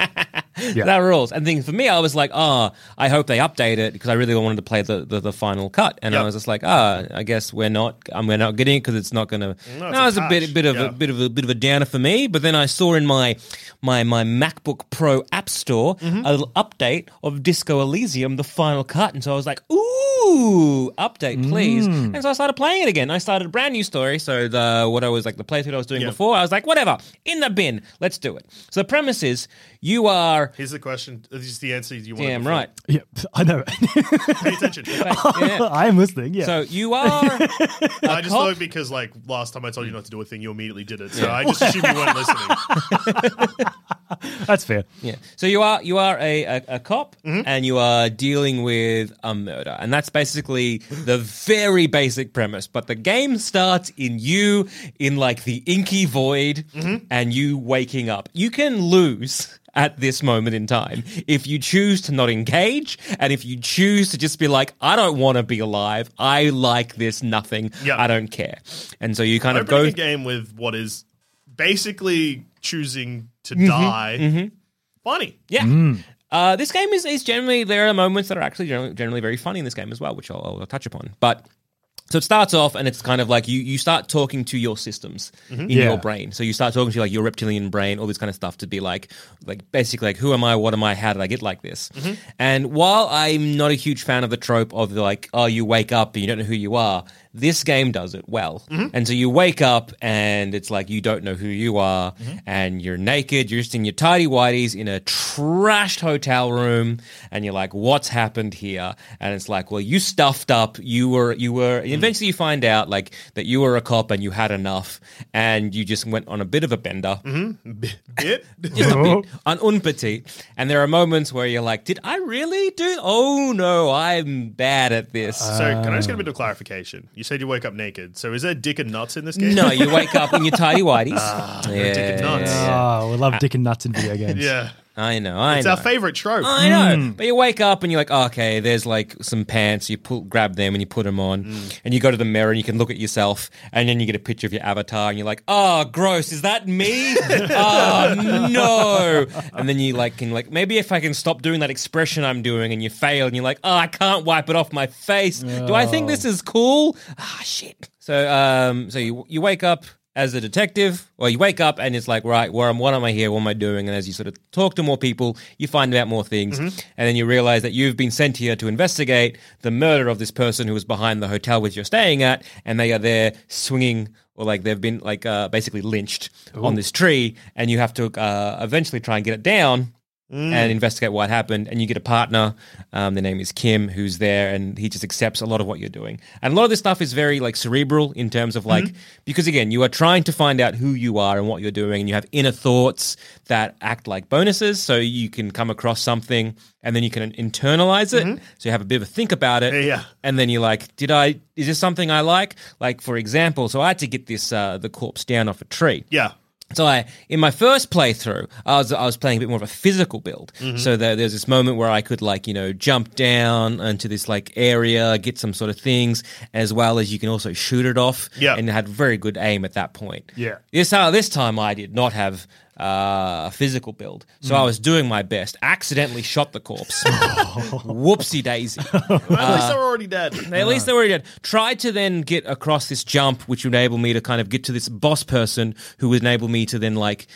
S3: That rules. And thing for me, I was like, ah, I hope they update it because I really wanted to play the, the, the final cut. And I
S4: Yep.
S3: was just like, ah, I guess we're not, um, we're not getting it because it's not going to.
S4: No, it's
S3: it was
S4: a
S3: a bit,
S4: patch.
S3: bit of
S4: Yeah.
S3: a bit of a bit of a downer for me. But then I saw in my my my MacBook Pro App Store
S4: Mm-hmm.
S3: a little update of Disco Elysium, the final cut, and so I was like, ooh, update please.
S4: Mm.
S3: And so I started playing it again. I started a brand new story. So the what I was like the playthrough I was doing
S4: Yep.
S3: before, I was like, whatever, in the bin, let's do it. So the premise is you are
S4: Here's the question. This is the answer you want.
S3: Damn right.
S5: yeah, I know.
S4: Pay attention.
S3: Yeah.
S5: I am listening. Yeah.
S3: So you are.
S4: I just
S3: cop-
S4: know because like last time I told you not to do a thing, you immediately did it. So I just assumed you weren't listening.
S5: That's fair.
S3: Yeah. So you are you are a, a, a cop
S4: Mm-hmm.
S3: and you are dealing with a murder. And that's basically the very basic premise. But the game starts in you in like the inky void
S4: Mm-hmm.
S3: and you waking up. You can lose at this moment in time if you choose to not engage and if you choose to just be like I don't want to be alive. I like this nothing.
S4: Yeah.
S3: I don't care. And so you kind of
S4: opening
S3: go
S4: a game with what is basically choosing to
S3: Mm-hmm.
S4: die. Funny.
S3: Yeah. Uh, this game is, is generally, there are moments that are actually generally, generally very funny in this game as well, which I'll, I'll touch upon. But so it starts off and it's kind of like you, you start talking to your systems in
S5: Yeah.
S3: your brain. So you start talking to like your reptilian brain, all this kind of stuff to be like, like basically like, who am I? What am I? How did I get like this? And while I'm not a huge fan of the trope of the like, oh, you wake up and you don't know who you are, this game does it well. And so you wake up and it's like you don't know who you are
S4: Mm-hmm.
S3: and you're naked, you're just in your tidy whities in a trashed hotel room and you're like, what's happened here? And it's like, well, you stuffed up, you were you were
S4: Mm.
S3: and eventually you find out like that you were a cop and you had enough and you just went on a bit of a bender.
S4: Mm-hmm. It,
S3: Just a bit, an un petit. And there are moments where you're like, did I really do oh no, I'm bad at this.
S4: so can I just get
S3: Um,
S4: a bit of clarification? You said you wake up naked. So is there dick and nuts in this game?
S3: no,
S4: Ah,
S3: you wake up in your tidy whities. yeah,
S4: dick and nuts.
S5: Oh, we love dick and nuts in video games.
S4: Yeah.
S3: I know. I
S4: It's
S3: know.
S4: our favorite trope.
S3: I know. But you wake up and you're like, oh, okay, there's like some pants. You pull, grab them and you put them on, and you go to the mirror and you can look at yourself, and then you get a picture of your avatar, and you're like, oh, gross, is that me? oh no! And then you like can like maybe if I can stop doing that expression I'm doing, and you fail, and you're like, oh, I can't wipe it off my face. Do I think this is cool? Ah, shit. So um, so you you wake up as a detective, or you wake up and it's like, right, where am, what am I here? What am I doing? And as you sort of talk to more people, you find out more things, and then you realize that you've been sent here to investigate the murder of this person who was behind the hotel which you're staying at, and they are there swinging. Or like they've been like uh, basically lynched on this tree, and you have to uh, eventually try and get it down
S4: Mm.
S3: and investigate what happened. And you get a partner. Um, their name is Kim, who's there, and he just accepts a lot of what you're doing. And a lot of this stuff is very like cerebral in terms of like
S4: Mm-hmm.
S3: because again, you are trying to find out who you are and what you're doing, and you have inner thoughts that act like bonuses. So you can come across something, and then you can internalize it. So you have a bit of a think about it,
S4: Mm-hmm. Yeah.
S3: and then you're like, did I? Is this something I like? Like for example, so I had to get this uh, the corpse down off a tree.
S4: Yeah.
S3: So I, in my first playthrough, I was I was playing a bit more of a physical build. So there, there's this moment where I could like you know jump down into this like area, get some sort of things, as well as you can also shoot it off.
S4: Yeah.
S3: and had very good aim at that point.
S5: Yeah.
S3: This uh, this time I did not have uh, a physical build, so I was doing my best. Accidentally shot the corpse. Whoopsie daisy.
S4: Well, at
S3: Uh,
S4: least they're already dead.
S3: They- at
S4: Uh-huh.
S3: least they already did. Tried to then get across this jump, which would enable me to kind of get to this boss person who would enable me to then like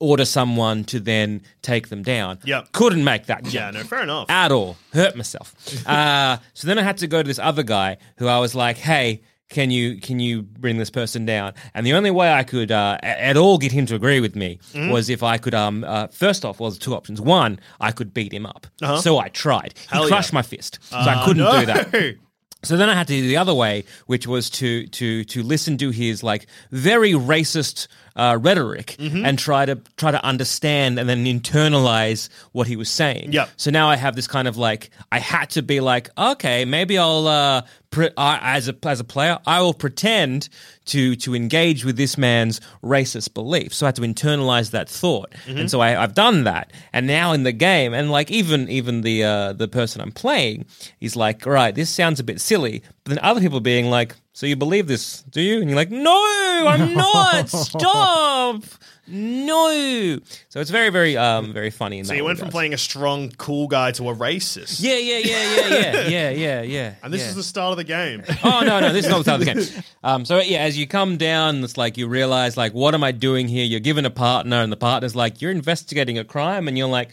S3: order someone to then take them down.
S4: Yep.
S3: Couldn't make that jump
S4: Yeah, no, fair enough.
S3: at all. Hurt myself. uh, so then I had to go to this other guy who I was like, hey, can you can you bring this person down? And the only way I could uh, a- at all get him to agree with me
S4: Mm-hmm.
S3: was if I could. Um, uh, first off, was two options. One, I could beat him up. So I tried.
S4: Uh-huh. Hell yeah. Uh,
S3: he crushed my fist, so I couldn't
S4: Oh,
S3: do that.
S4: Hey.
S3: So then I had to do the other way, which was to to to listen to his like very racist uh, rhetoric and try to try to understand and then internalize what he was saying.
S4: Yep.
S3: So now I have this kind of like I had to be like, okay, maybe I'll uh, pre- I, as a as a player, I will pretend to to engage with this man's racist belief. So I had to internalize that thought,
S4: Mm-hmm.
S3: and so I, I've done that. And now in the game, and like even even the uh, the person I'm playing is like, all right, this sounds a bit silly. But then other people being like, so you believe this, do you? And you're like, no, I'm not. Stop. No. So it's very very um very funny. In
S4: So you went from playing a strong, cool guy to a racist.
S3: Yeah, yeah, yeah, yeah, yeah, yeah, yeah, yeah.
S4: And this
S3: yeah.
S4: is the start of the game.
S3: oh no, no, this is not the start of the game. Um, so yeah, as you come down, it's like you realize like, what am I doing here? You're given a partner, and the partner's like, you're investigating a crime, and you're like,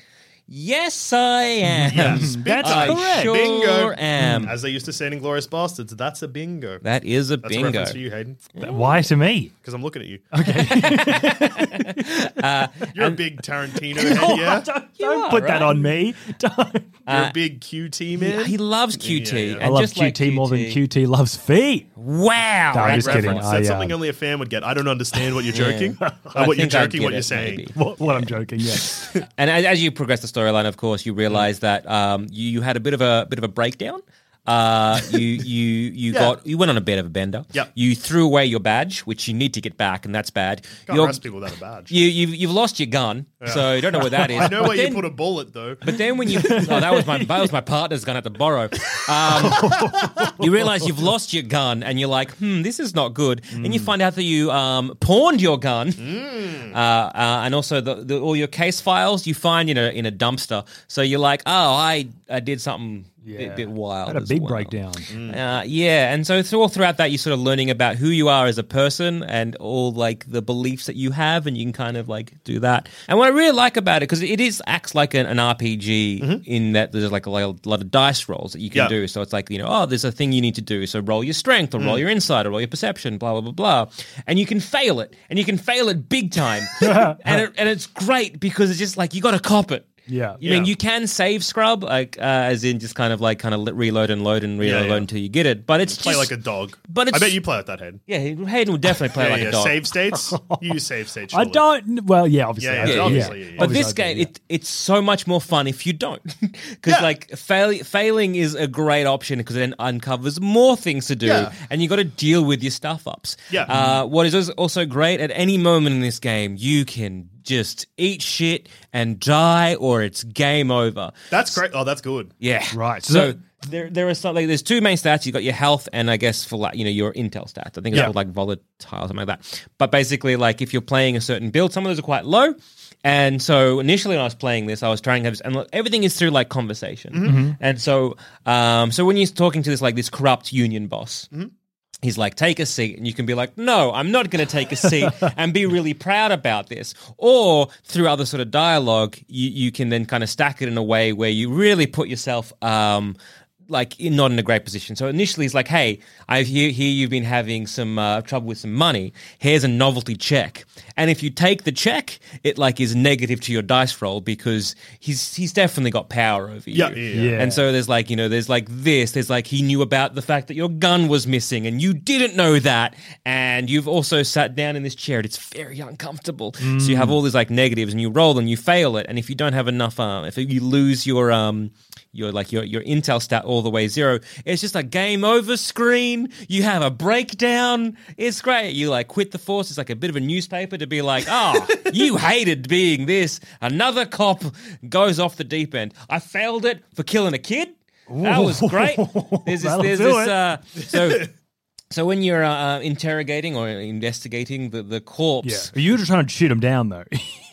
S3: yes, I am.
S4: Yes,
S5: That's
S3: I
S5: correct.
S3: sure
S4: Bingo. Mm,
S3: am.
S4: As they used to say in Inglorious Bastards, that's a bingo.
S3: That is a
S4: that's a
S3: bingo.
S4: reference for you, Hayden,
S5: Why to me?
S4: because I'm looking at you. Okay.
S3: Uh,
S4: You're a big Tarantino head, yeah?
S5: Don't,
S3: You
S5: don't
S3: are,
S5: put
S3: right?
S5: that on me. Don't.
S4: You're a big QT man.
S3: He loves QT.
S4: Yeah, yeah.
S3: and
S5: I love
S3: just
S5: QT,
S3: like
S5: more than QT loves feet.
S3: Wow.
S5: No, I'm
S3: that
S5: just kidding.
S3: reference.
S5: I-
S4: That's
S5: uh,
S4: something only a fan would get. I don't understand what you're joking.
S3: I
S4: Uh, what you're
S3: think I
S4: joking,
S3: get
S4: what you're
S3: it,
S4: saying.
S3: maybe.
S5: What, what I'm joking, yes.
S3: And as, as you progress the storyline, of course, you
S4: Mm.
S3: realize that um, you, you had a bit of a bit of a breakdown. Uh, you you you
S4: Yeah.
S3: got you went on a bit of a bender.
S4: Yep.
S3: You threw away your badge, which you need to get back, and that's bad.
S4: Can't
S3: Your-
S4: arrest people without a badge.
S3: you you've, you've lost your gun, so you don't know where that is.
S4: I know
S3: But
S4: where you
S3: then-
S4: put a bullet, though.
S3: but then when you oh that was my that was my partner's gun at the borrow, um, you realize you've lost your gun and you're like, hmm, this is not good. And
S5: Hmm.
S3: you find out that you um, pawned your gun, uh, uh, and also the, the, all your case files you find in a in a dumpster. So you're like, oh, I I did something a bit, bit wild.
S5: Had a
S3: as
S5: big
S3: well.
S5: breakdown.
S3: Uh, yeah, and so through, all throughout that, you're sort of learning about who you are as a person and all like the beliefs that you have, and you can kind of like do that. And what I really like about it because it is acts like an, an RPG in that there's like a lo- lot of dice rolls that you can
S4: Yeah.
S3: do. So it's like you know, oh, there's a thing you need to do. So roll your strength, or roll your insight, or roll your perception, blah blah blah blah, and you can fail it, and you can fail it big time, and it, and it's great because it's just like you got to cop it.
S5: Yeah.
S3: You mean
S4: Yeah.
S3: you can save scrub, like uh, as in just kind of like kind of li- reload and load and reload
S4: Yeah, yeah.
S3: until you get it. But it's
S4: Play
S3: just
S4: like a dog.
S3: but
S4: I
S3: it's-
S4: bet you play like that, Hayden.
S3: yeah. Hayden will definitely play
S4: Yeah,
S3: like
S4: yeah,
S3: a dog.
S4: Save states? You use save states.
S5: I
S4: surely.
S5: don't. Well, yeah, obviously.
S4: Yeah,
S5: I-
S4: yeah, obviously, yeah, yeah.
S3: But this
S5: Obviously I
S3: game,
S5: do,
S3: it, it's so much more fun if you don't, because
S4: Yeah.
S3: like fail, failing is a great option because it then uncovers more things to do,
S4: Yeah.
S3: and you got to deal with your stuff ups.
S4: Yeah.
S3: Uh, what is also great at any moment in this game, you can just eat shit and die, or it's game over.
S4: That's great. Oh, that's good.
S3: Yeah.
S5: Right.
S3: So,
S5: So-
S3: there there are some like there's two main stats. You've got your health and I guess for like you know your intel stats. I think it's
S4: Yeah.
S3: called like volatile, something like that. But basically, like if you're playing a certain build, some of those are quite low. And so initially when I was playing this, I was trying to have and look, everything is through like conversation. And so um so when you're talking to this like this corrupt union boss, he's like, take a seat. And you can be like, no, I'm not going to take a seat and be really proud about this. Or through other sort of dialogue, you, you can then kind of stack it in a way where you really put yourself. Um, like in, not in a great position. So initially, it's like, "Hey, I hear, hear you've been having some uh, trouble with some money. Here's a novelty check, and if you take the check, it like is negative to your dice roll because he's he's definitely got power over you.
S4: Yeah, yeah, yeah.
S5: Yeah.
S3: And so there's like, you know, there's like this, there's like he knew about the fact that your gun was missing and you didn't know that. And you've also sat down in this chair and it's very uncomfortable. So you have all these like negatives and you roll and you fail it. And if you don't have enough, um, if you lose your, um, your like your, your intel stat all the way zero, it's just a game over screen. You have a breakdown. It's great. You like quit the force. It's like a bit of a newspaper to be like, oh, you hated being this. Another cop goes off the deep end. I failed it for killing a kid. That was great. There's this,
S5: That'll
S3: there's
S5: do
S3: this
S5: it.
S3: uh, so. So when you're uh, uh, interrogating or investigating the, the
S5: Yeah.
S3: corpse,
S5: You're just trying to shoot him down, though.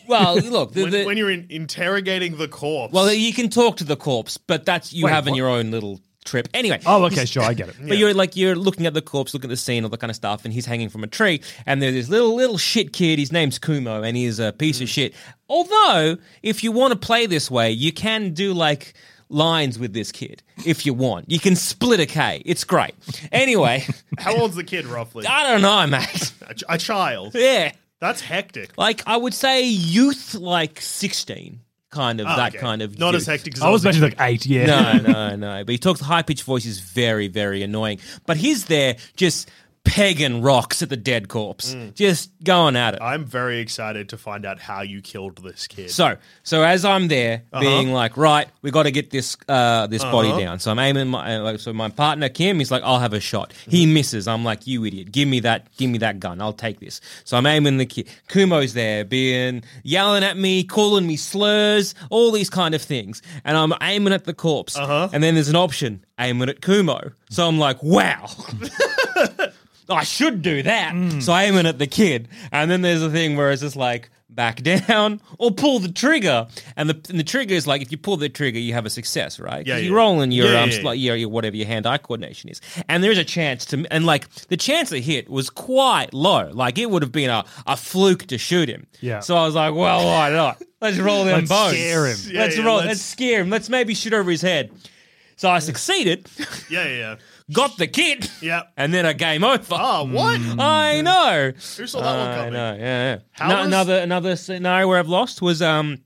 S3: well, look, the,
S4: When,
S3: the-
S4: when you're in interrogating the corpse.
S3: well, you can talk to the corpse, but that's you
S5: Wait,
S3: having
S5: what?
S3: your own little trip. Anyway,
S5: oh, okay, sure, I get it.
S3: But you're like you're looking at the corpse, looking at the scene, all that kind of stuff, and he's hanging from a tree, and there's this little little shit kid. His name's Kumo, and he's a piece
S4: Mm.
S3: of shit. Although, if you want to play this way, you can do like lines with this kid if you want. You can split a K. It's great. Anyway,
S4: how old's the kid roughly?
S3: I don't know, mate.
S4: A, ch- a child.
S3: Yeah,
S4: That's hectic.
S3: like I would say youth, like sixteen, kind of
S4: Ah,
S3: that
S4: okay.
S3: kind of
S4: Not
S3: youth.
S4: as hectic as
S5: I was
S4: I was
S5: imagining like eight, yeah.
S3: No, no, no. But he talks high pitched voice is very, very annoying. But he's there just pegging rocks at the dead corpse, just going at it.
S4: I'm very excited to find out how you killed this kid.
S3: So, so as I'm there, being like, right, we got to get this uh, this body down. So I'm aiming my uh, like, so my partner Kim. He's like, I'll have a shot. He misses. I'm like, you idiot, give me that, give me that gun. I'll take this. So I'm aiming the kid. Kumo's there, being yelling at me, calling me slurs, all these kind of things, and I'm aiming at the corpse. Uh-huh. And then there's an option, aiming at Kumo. So I'm like, wow. I should do that.
S4: Mm.
S3: So I aim it at the kid. And then there's a thing where it's just like, back down or pull the trigger. And the, and the trigger is like, if you pull the trigger, you have a success, right? 'Cause
S4: Yeah,
S3: you're
S4: yeah.
S3: rolling your,
S4: Yeah,
S3: um,
S4: yeah, yeah.
S3: sli- your, your whatever your hand eye coordination is. And there's a chance to, and like the chance to hit was quite low. Like it would have been a, a fluke to shoot him.
S5: Yeah.
S3: So I was like, well, why not? Let's roll them
S5: Let's
S3: bones.
S5: scare him.
S4: Yeah,
S3: let's
S4: yeah,
S3: roll.
S4: let's-
S3: let's scare him. Let's maybe shoot over his head. So I succeeded,
S4: yeah, yeah, yeah.
S3: got the kid,
S4: Yeah.
S3: and then a game over.
S4: Oh, what?
S3: I know.
S4: Who saw that one
S3: I
S4: coming?
S3: know. Yeah. yeah.
S4: How
S3: No-
S4: was-
S3: Another another scenario where I've lost was um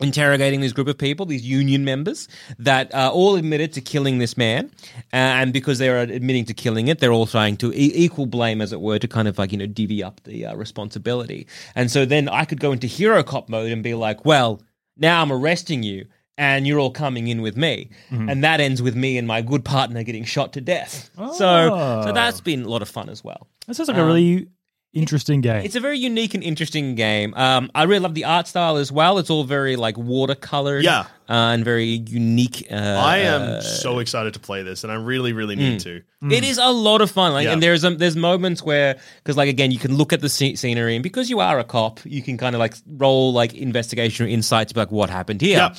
S3: interrogating this group of people, these union members that uh, all admitted to killing this man, uh, and because they are admitting to killing it, they're all trying to e- equal blame, as it were, to kind of like you know divvy up the uh, responsibility. And so then I could go into hero cop mode and be like, well, now I'm arresting you. And you're all coming in with me,
S4: Mm-hmm.
S3: and that ends with me and my good partner getting shot to death. So, so
S5: Oh.
S3: that's been a lot of fun as well.
S5: That sounds like a really interesting game.
S3: It's a very unique and interesting game. Um, I really love the art style as well. It's all very like watercolored,
S4: Yeah.
S3: uh, and very unique. Uh,
S4: I
S3: uh, Hmm.
S4: am so excited to play this, and I really, really need to.
S3: It is a lot of fun, like,
S4: Yeah.
S3: and there's um, there's moments where because like again, you can look at the sce- scenery, and because you are a cop, you can kind of like roll like investigation or insight to be like what happened here.
S4: Yeah.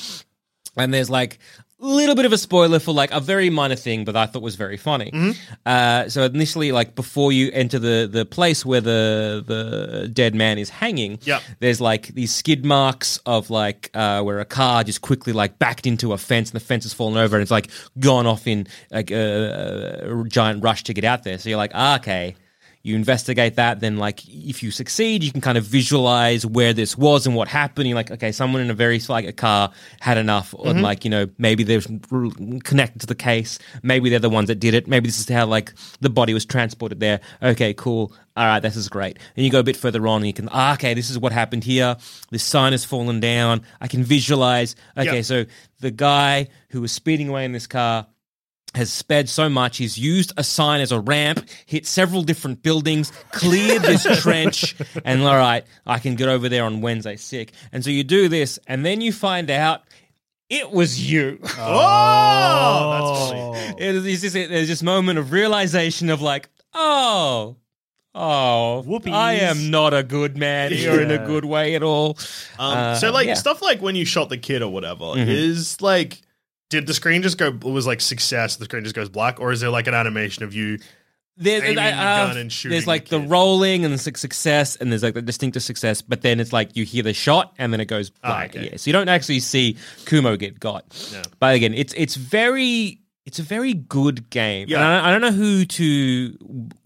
S3: And there's like a little bit of a spoiler for like a very minor thing, but I thought was very funny. Uh, so initially, like before you enter the the place where the the dead man is hanging,
S4: Yep.
S3: there's like these skid marks of like uh, where a car just quickly like backed into a fence and the fence has fallen over and it's like gone off in like a, a giant rush to get out there. So you're like, ah, okay. You investigate that, then like if you succeed, you can kind of visualize where this was and what happened. You're like, okay, someone in a very like a car had enough, or like you know maybe they're connected to the case. Maybe they're the ones that did it. Maybe this is how like the body was transported there. Okay, cool all right, this is great. And you go a bit further on and you can, ah, okay, this is what happened here. This sign has fallen down. I can visualize. Okay,
S4: Yeah.
S3: so the guy who was speeding away in this car has sped so much. He's used a sign as a ramp, hit several different buildings, cleared this trench, and all right, I can get over there on Wednesday sick. And so you do this, and then you find out it was you.
S4: Oh, that's funny.
S3: It is it's just, there's this moment of realization of like, oh, oh,
S5: Whoopies.
S3: I am not a good man here in
S5: Yeah.
S3: a good way at all.
S4: Um,
S3: Uh,
S4: so like
S3: yeah. Mm-hmm.
S4: stuff like when you shot the kid or whatever is like. Did the screen just go? Was like success? The screen just goes black, or is there like an animation of you?
S3: There's,
S4: Aiming
S3: I-
S4: the
S3: I've-
S4: gun and shooting
S3: there's like
S4: the
S3: the
S4: kid.
S3: rolling and the su- success, and there's like the distinctive success, but then it's like you hear the shot and then it goes black.
S4: Ah, okay.
S3: Yeah, so you don't actually see Kumo get got.
S4: Yeah.
S3: But again, it's it's very it's a very good game.
S4: Yeah.
S3: And I, I don't know who to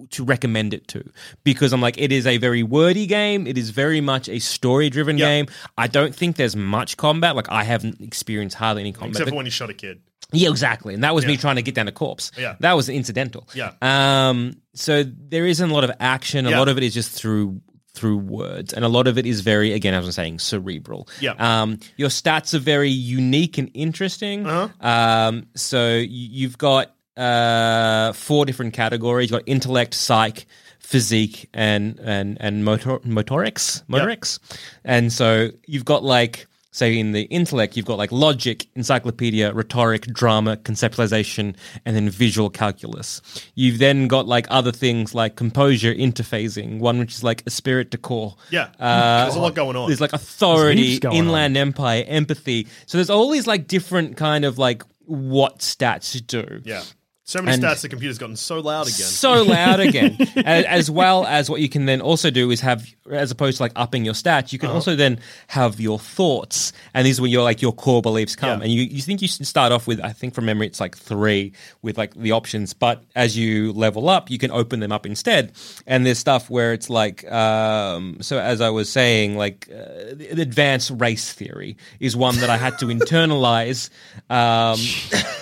S3: to recommend it to because I'm like it is a very wordy game. It is very much a story driven
S4: Yeah.
S3: game. I don't think there's much combat. Like I haven't experienced hardly any combat.
S4: Except
S3: The-
S4: for when you shot a kid.
S3: yeah, exactly. And that was me
S4: Yeah.
S3: trying to get down a corpse.
S4: Yeah.
S3: That was incidental.
S4: Yeah.
S3: Um, so there isn't a lot of action. A
S4: Yeah.
S3: lot of it is just through through words. And a lot of it is very, again, as I'm saying, cerebral.
S4: Yeah.
S3: Um, your stats are very unique and interesting. Uh-huh. Um, so you- you've got uh, four different categories. You've got intellect, psych, physique, and and and motor motorics. Motorics. And so you've got like say in the intellect, you've got like logic, encyclopedia, rhetoric, drama, conceptualization, and then visual calculus. You've then got like other things like composure, interphasing, one which is like a spirit decor.
S4: Yeah.
S3: Uh,
S4: There's a lot going on.
S3: There's like authority,
S5: heaps going
S3: inland empire, empathy. So there's all these like different kind of like what stats do.
S4: Yeah. So many
S3: And-
S4: stats. The computer's gotten so loud again.
S3: So loud again, as, as well as what you can then also do is have, as opposed to like upping your stats, you can also then have your thoughts, and these are where your like your core beliefs come.
S4: Yeah.
S3: And you, you think you should start off with, I think from memory, it's like three with like the options, but as you level up, you can open them up instead. And there's stuff where it's like, um, so as I was saying, like uh, the advanced race theory is one that I had to internalize. Um,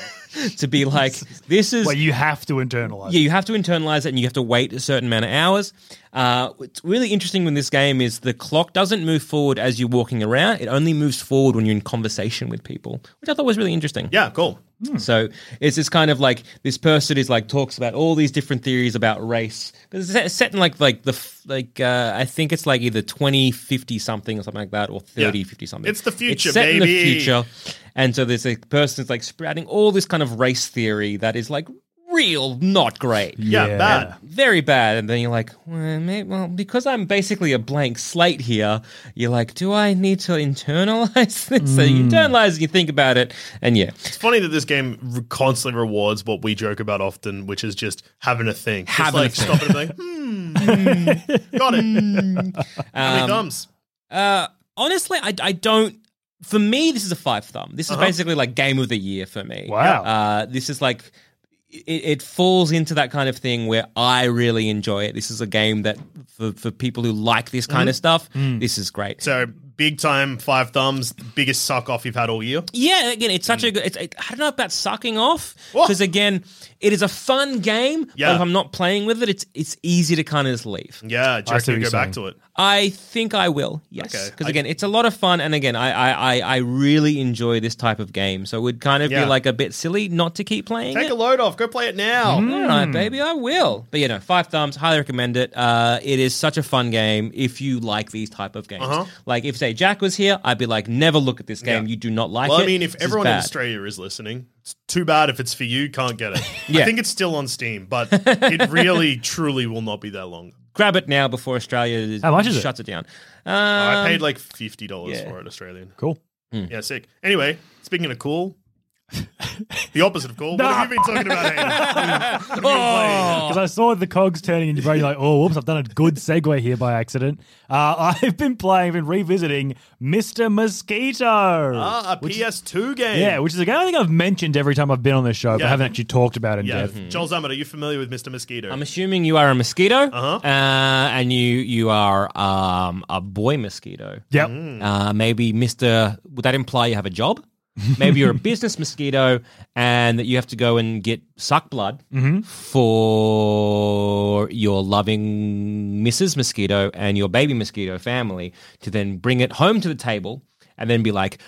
S3: To be like, this is
S5: Well, Oh. you have to internalize.
S3: yeah, you have to internalize it and you have to wait a certain amount of hours. Uh, what's really interesting with this game is the clock doesn't move forward as you're walking around. It only moves forward when you're in conversation with people, which I thought was really interesting.
S4: yeah. Hmm. Cool.
S3: So it's this kind of like this person is like talks about all these different theories about race. 'Cause It's set- set in like like the f- like uh, I think it's like either twenty fifty something or something like that, or
S4: Yeah.
S3: thirty fifty something.
S4: It's the future,
S3: It's set in the
S4: baby.
S3: future, and so there's a person that's like sprouting all this kind of race theory that is like real, not great
S4: Yeah.
S5: Yeah.
S4: Bad.
S3: very bad. And then you're like, well, may well, because I'm basically a blank slate here, you're like, do I need to internalize this? So you internalize and you think about it. And yeah,
S4: It's funny that this game re- constantly rewards what we joke about often, which is just having a thing. Just
S3: Having a
S4: like
S3: think.
S4: stopping and think. Hmm. Got it.
S3: Hmm.
S4: How
S3: Um,
S4: many thumbs?
S3: uh, honestly, I, I don't. For me, this is a five thumb. This is basically like game of the year for me.
S5: Wow.
S3: Uh, this is like. It, it falls into that kind of thing where I really enjoy it. This is a game that, for, for people who like this kind of stuff, this is great.
S4: So big time five thumbs. Biggest suck off you've had all year.
S3: Yeah, again, it's
S4: Mm.
S3: such a good. It's, it, I don't know about sucking off
S4: Oh.
S3: because again, it is a fun game.
S4: Yeah.
S3: But if I'm not playing with it, it's it's easy to kind of just leave.
S4: Yeah. Do you
S5: I
S4: reckon
S5: see
S4: you
S5: what
S4: go
S5: you're
S4: back
S5: saying.
S4: to it?
S3: I think I will. Yes,
S4: Okay.
S3: because
S4: I-
S3: again, it's a lot of fun, and again, I I, I, I really enjoy this type of game. So it would kind of
S4: Yeah.
S3: be like a bit silly not to keep playing
S4: Take
S3: it.
S4: a Hmm. load off. Go play it now.
S3: All right, baby, I will. But you know, five thumbs. Highly recommend it. Uh, it is such a fun game if you like these type of games.
S4: Uh-huh.
S3: Like if say Jack was here, I'd be like, never look at this game.
S4: Yeah.
S3: You do not like
S4: Well,
S3: it.
S4: I mean, if
S3: This is
S4: everyone in
S3: bad."
S4: Australia is listening, it's too bad if it's for you, can't get it.
S3: Yeah.
S4: I think it's still on Steam, but it really, truly will not be that long.
S3: grab it now before Australia
S5: How much is it?
S3: shuts it, down.
S4: I
S3: Um,
S4: paid like fifty dollars
S3: yeah.
S4: for it Australian.
S5: Cool.
S4: Yeah, sick. Anyway, speaking of cool, the opposite of cool. What have you been talking about? Hayden? What have you been playing?
S5: Because I saw the cogs turning in your brain, you're like, oh, whoops, I've done a good segue here by accident. Uh, I've been playing, I've been revisiting Mr. Mosquito.
S4: Ah, a PS2 game.
S5: yeah, which is a game I think I've mentioned every time I've been on this show, but
S4: Yeah.
S5: I haven't actually talked about in
S4: yeah.
S5: depth.
S4: Joel Zammert, are you familiar with Mr. Mosquito?
S3: I'm assuming you are a mosquito, uh and you you are um, a boy mosquito.
S5: Yep.
S3: Uh, maybe Mister. Would that imply you have a job? maybe you're a business mosquito, and that you have to go and get suck blood for your loving Mrs. Mosquito and your baby mosquito family to then bring it home to the table. and then be like,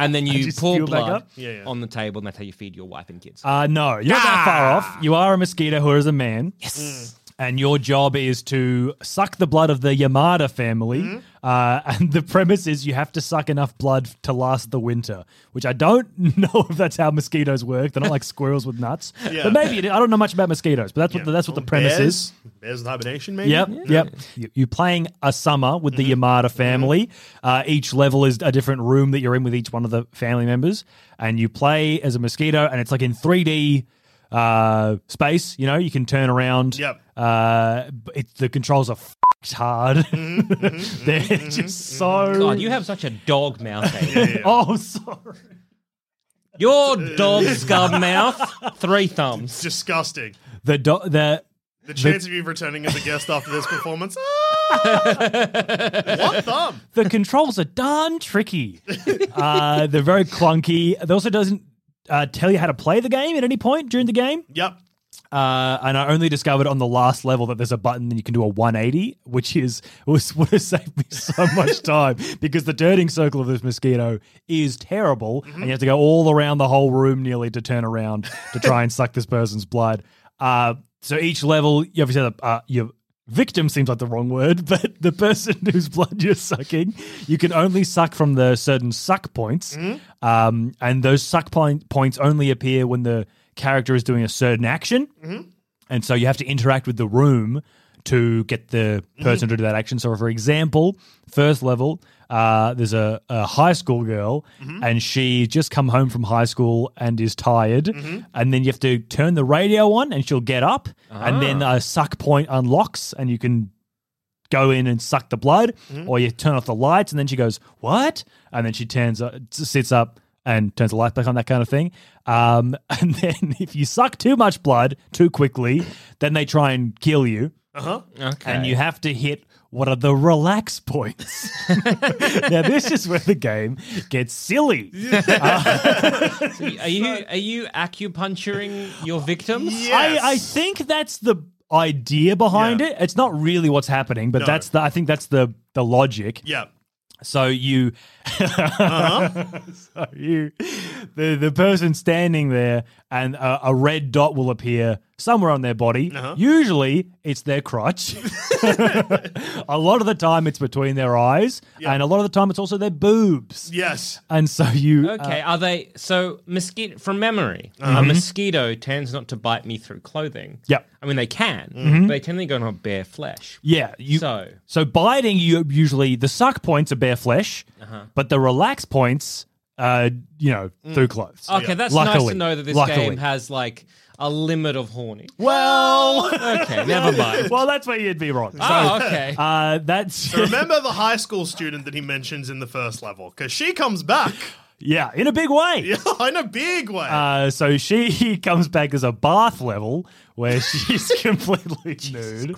S3: and then you
S5: just
S3: pour
S5: spew it back
S3: blood
S5: up?
S4: Yeah, yeah.
S3: on the table, and that's how you feed your wife and kids.
S5: Uh, no, you're not that far off. You are a mosquito who is a man. Yes.
S4: Mm.
S5: And your job is to suck the blood of the Yamada family.
S4: Mm-hmm.
S5: Uh, and the premise is you have to suck enough blood to last the winter, which I don't know if that's how mosquitoes work. They're not like squirrels with nuts.
S4: Yeah. Oh,
S5: But maybe it is. I don't know much about mosquitoes, but that's what the, that's what the premise
S4: bears,
S5: is.
S4: Bears with hibernation, maybe. Mm-hmm.
S5: Yep, yep. You- You're playing a summer with the Yamada family. Uh, each level is a different room that you're in with each one of the family members, and you play as a mosquito, and it's like in 3D uh, space. You know, you can turn around.
S4: Yep.
S5: Uh, but it, the controls are f***ed hard.
S4: Mm-hmm,
S5: They're just so.
S3: God, Oh, you have such a dog mouth. David.
S5: oh, sorry.
S3: Your dog scum mouth, three thumbs.
S4: Disgusting.
S5: The do- the
S4: The chance of you returning as a guest after this performance. ah! what thumb?
S5: the controls are darn tricky. Uh, they're very clunky. They also doesn't uh, tell you how to play the game at any point during the game.
S4: Yep.
S5: Uh, and I only discovered on the last level that there's a button and you can do a 180, which is was would have saved me so much time because the turning circle of this mosquito is terrible, and you have to go all around the whole room nearly to turn around to try and suck this person's blood. Uh, so each level, you obviously have a, uh, your victim seems like the wrong word, but the person whose blood you're sucking, you can only suck from the certain suck points, um, and those suck point, points only appear when the character is doing a certain action. And so you have to interact with the room to get the person to do that action. So, for example, first level, uh, there's a, a high school girl, and she just come home from high school and is tired. And then you have to turn the radio on, and she'll get up, and then a suck point unlocks, and you can go in and suck the blood,
S4: Mm-hmm.
S5: or you turn off the lights, and then she goes, "What?" And then she turns, uh, sits up, and turns the light back on, that kind of thing. Um, and then if you suck too much blood too quickly, then they try and kill you,
S4: Uh-huh. Uh.
S3: Okay.
S5: and you have to hit. What are the relax points? now this is where the game gets silly.
S3: are you are you acupuncturing your victims?
S4: Yes.
S5: I, I think that's the idea behind
S4: Yeah.
S5: it. It's not really what's happening, but
S4: No.
S5: that's the I think that's the the logic.
S4: Yep.
S5: So you, so you, the the person standing there, and a, a red dot will appear somewhere on their body. Usually, it's their crotch. a lot of the time, it's between their eyes, and a lot of the time, it's also their boobs.
S4: Yes.
S5: And so you, uh,
S3: Okay, are they so mosquito from memory? A mosquito tends not to bite me through clothing.
S5: Mm-hmm. Yep. Mm-hmm.
S3: I mean they can, but they tend to go on bare flesh.
S5: yeah, you.
S3: So-
S5: biting, you usually the suck points are bare flesh,
S3: Uh-huh.
S5: but the relax points, uh, you know, through clothes.
S3: Okay, that's nice
S5: Oh, Luckily.
S3: to know that this
S5: Luckily.
S3: game has like a limit of horny.
S5: Well,
S3: Okay, never mind.
S5: well, that's where you'd be wrong. So,
S3: Oh, okay.
S5: Uh, that's
S4: Remember the high school student that he mentions in the first level? Because she comes back
S5: yeah, in a big way.
S4: Yeah, in a big way.
S5: Uh, so she comes back as a bath level where she's completely nude,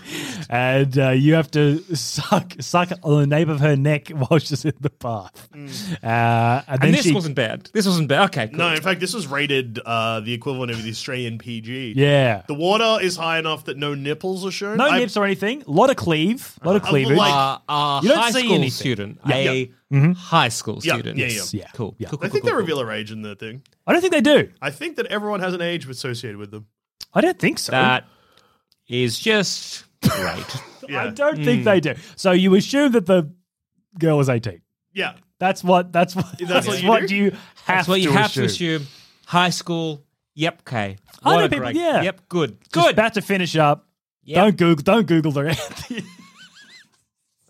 S5: and uh, you have to suck suck on the nape of her neck while she's in the bath. Uh, and then
S3: and this
S5: she,
S3: wasn't bad. This wasn't bad. Okay, cool.
S4: no, in fact, this was rated uh, the equivalent of the Australian PG.
S5: yeah,
S4: The water is high enough that no nipples are shown.
S5: no
S4: I-
S5: nips or anything. A lot of cleave, a lot of
S4: I
S5: cleavage.
S4: like-
S3: Uh, a
S5: You don't
S3: high
S5: see
S3: school
S5: anything.
S3: student.
S5: Yeah,
S3: a Mm-hmm.
S5: yeah. Mm-hmm.
S3: high school
S4: Yeah,
S3: student.
S4: yeah, yeah.
S5: Yeah,
S3: Cool.
S5: yeah.
S3: cool, cool,
S4: I think
S3: cool,
S4: they
S3: cool,
S4: reveal her age in the thing.
S5: I don't think they do.
S4: I think that everyone has an age associated with them.
S5: I don't think so.
S3: That is just great.
S4: Yeah.
S5: I don't
S3: Hmm.
S5: think they do. So you assume that the girl is eighteen.
S4: Yeah.
S5: That's what. That's what. That's,
S4: what
S5: what,
S4: you
S5: you
S4: do?
S5: have
S3: That's what you
S5: to
S3: have
S5: assume.
S3: to assume. High school. Yep. Okay.
S5: I
S3: What
S5: know
S3: a
S5: people-
S3: great-
S5: yeah.
S3: Yep. Good.
S5: Just
S3: Good.
S5: about to finish up.
S3: Yep.
S5: Don't Google. Don't Google the.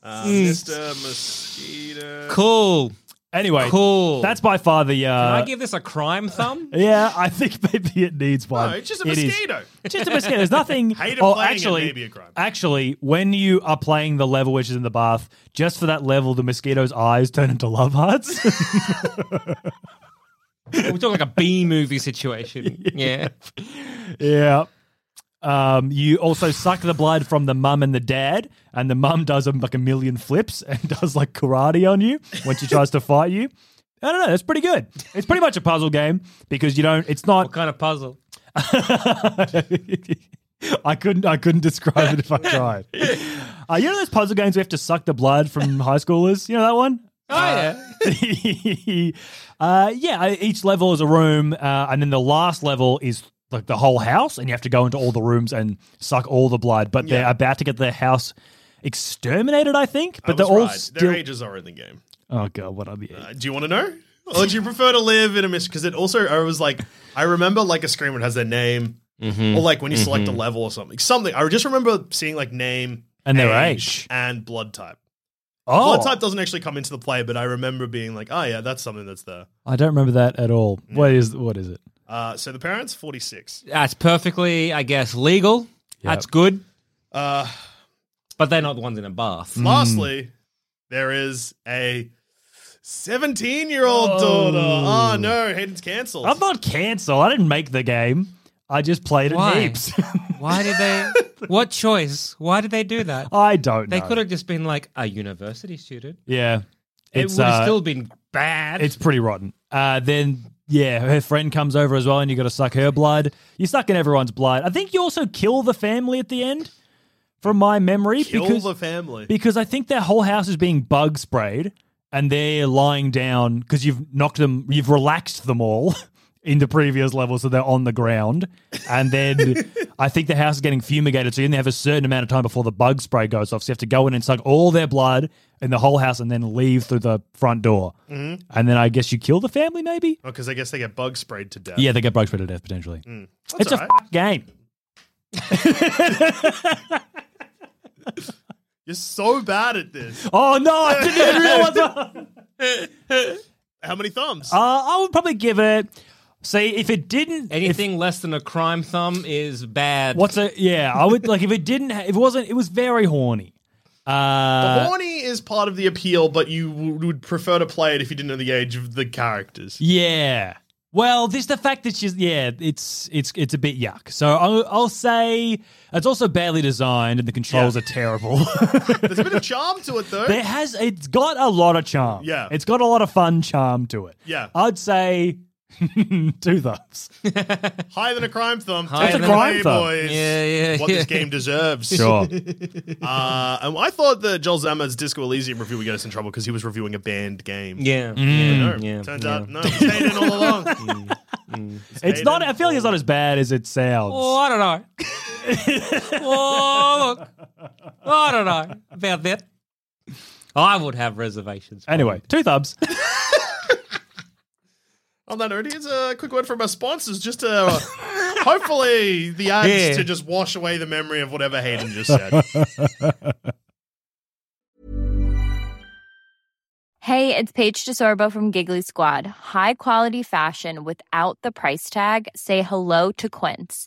S4: Uh,
S5: Mm.
S4: Mr. Mosquito.
S3: Cool.
S5: anyway,
S3: Cool.
S5: That's by far the. Uh,
S3: Can I give this a crime thumb?
S5: yeah, I think maybe it needs
S4: No,
S5: one.
S4: Oh, it's just a
S5: It is.
S4: mosquito.
S5: It's just a mosquito. There's nothing.
S4: Hate of
S5: oh,
S4: playing it
S5: actually, uh,
S4: may be a crime.
S5: actually, when you are playing the level which is in the bath, just for that level, the mosquito's eyes turn into love hearts.
S3: We're talking like a B movie situation. Yeah.
S5: Yeah. Um, you also suck the blood from the mum and the dad, and the mum does um, like a million flips and does like karate on you when she tries to fight you. I don't know. That's pretty good. It's pretty much a puzzle game because you don't. It's not.
S3: What kind of puzzle?
S5: I couldn't. I couldn't describe it if I tried. Uh, you know those puzzle games we have to suck the blood from high schoolers. You know that one.
S3: Oh, yeah.
S5: uh, yeah, I- each level is a room, uh, and then the last level is like the whole house, and you have to go into all the rooms and suck all the blood. But they're
S4: Yeah.
S5: about to get their house exterminated, I think. But
S4: I was
S5: they're all
S4: right.
S5: still.
S4: Their ages are in the game.
S5: oh god, what are the?
S4: Uh, do you want to know? Or do you prefer to live in a mystery? Because it also, I was like, I remember like a screamer has their name, or like when you select
S5: Mm-hmm.
S4: a level or something. Something. I just remember seeing like name
S5: And their age.
S4: and blood type.
S5: oh,
S4: Blood type doesn't actually come into the play, but I remember being like, oh yeah, that's something that's there.
S5: I don't remember that at all. What is what is it?
S4: Uh, so the parents, forty six.
S3: That's perfectly, I guess, legal. That's good.
S4: Uh,
S3: But they're not the ones in a bath.
S5: Hmm.
S4: Lastly, there is a seventeen-year-old daughter. Oh no, Hayden's cancelled.
S5: I'm not cancel. I didn't make the game. I just played it
S3: Why?
S5: heaps.
S3: Why did they? what choice? Why did they do that?
S5: I don't.
S3: They
S5: know.
S3: could have just been like a university student.
S5: Yeah,
S3: it would
S5: uh,
S3: have still been bad.
S5: It's pretty rotten. Uh, then yeah, her friend comes over as well, and you got to suck her blood. You suck in everyone's blood. I think you also kill the family at the end, from my memory,
S4: Kill
S5: because
S4: the family.
S5: because I think their whole house is being bug sprayed, and they're lying down because you've knocked them, you've relaxed them all. In the previous level, so they're on the ground, and then I think the house is getting fumigated. So you only have a certain amount of time before the bug spray goes off. So you have to go in and suck all their blood in the whole house, and then leave through the front door.
S4: Mm-hmm.
S5: And then I guess you kill the family, maybe.
S4: because Oh, I guess they get bug sprayed to death.
S5: Yeah, they get bug sprayed to death potentially.
S4: Uh, mm. That's
S5: It's a
S4: all right.
S5: fuck game.
S4: You're so bad at this.
S5: Oh no, I didn't even realize. I-
S4: How many thumbs?
S5: Uh, I would probably give it. See, if it didn't, if
S3: Anything less than a crime thumb is bad.
S5: What's a yeah? I would like if it didn't. ha- If it wasn't, it was very horny. Uh,
S4: Horny is part of the appeal, but you w- would prefer to play it if you didn't know the age of the characters.
S5: yeah. Well, this the fact that she's yeah, it's it's it's a bit yuck. So I'll, I'll say it's also badly designed and the controls are terrible.
S4: There's a bit of charm to it, though.
S5: there has it's got a lot of charm.
S4: Yeah.
S5: it's got a lot of fun charm to it.
S4: Yeah.
S5: I'd say two thumbs.
S4: Higher than a crime thumb.
S3: Higher
S4: Take
S3: than
S4: it
S3: a
S4: away,
S5: crime thumb.
S4: boys.
S3: Yeah, yeah,
S4: What
S3: yeah.
S4: this game deserves.
S5: Sure.
S4: Uh, and I thought that Joel Zammer's Disco Elysium review would get us in trouble because he was reviewing a banned game.
S3: yeah,
S4: No,
S3: yeah,
S5: Mm.
S3: yeah,
S4: turns
S3: yeah.
S4: out no, it stayed in all along.
S5: it's not. I feel like it's not as bad as it sounds.
S3: Oh, I don't know. oh, look. I don't know about that. I would have reservations.
S5: Anyway, two thumbs.
S4: On that note, here's a quick word from our sponsors, just to uh, hopefully the ads
S3: Yeah.
S4: to just wash away the memory of whatever Hayden just said.
S1: Hey, it's Paige DeSorbo from Giggly Squad. High quality fashion without the price tag. Say hello to Quince.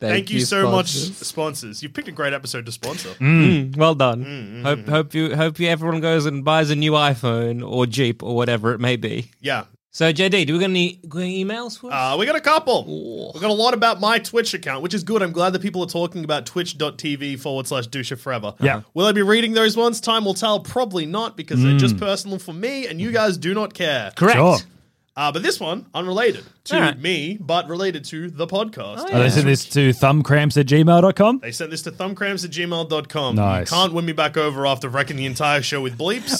S4: Thank, you, so much, sponsors. You picked a great episode to sponsor.
S3: Mm, well done. hope hope you hope you everyone goes and buys a new iPhone or Jeep or whatever it may be.
S4: Yeah.
S3: So JD, do we got any good emails? For us?
S4: Uh, we got a couple. We got a lot about my Twitch account, which is good. I'm glad that people are talking about twitch.tv forward slash douche forever.
S5: Yeah.
S4: Will I be reading those ones? Time will tell. Probably not because they're
S5: Hmm.
S4: just personal for me and you guys do not care.
S3: Correct.
S5: Sure.
S4: Uh, but this one, unrelated to
S3: All right.
S4: me, but related to the podcast.
S5: Oh, they sent this to thumbcramps at gmail.com.
S4: They sent this to thumbcramps at gmail.com.
S5: Nice. Oh,
S4: You can't win me back over after wrecking the entire show with bleeps.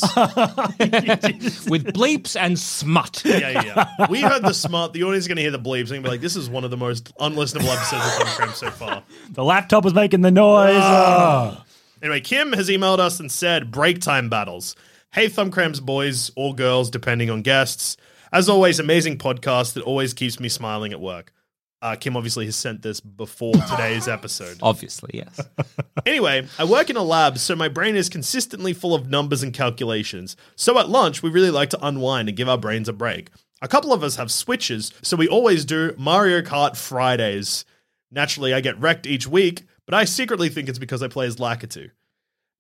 S3: With bleeps and smut.
S4: yeah, yeah, yeah. We heard the smart. The audience is going to hear the bleeps and be like, this is one of the most unlistenable episodes of thumbcramps so far.
S5: The laptop was making the noise. Oh.
S4: Anyway, Kim has emailed us and said, break time battles. Hey, Thumbcrams boys or girls, depending on guests. As always, amazing podcast that always keeps me smiling at work. Uh, Kim obviously has sent this before today's episode.
S3: Obviously, yes.
S4: Anyway, I work in a lab, so my brain is consistently full of numbers and calculations. So at lunch, we really like to unwind and give our brains a break. A couple of us have switches, so we always do Mario Kart Fridays. Naturally, I get wrecked each week, but I secretly think it's because I play as Lakitu.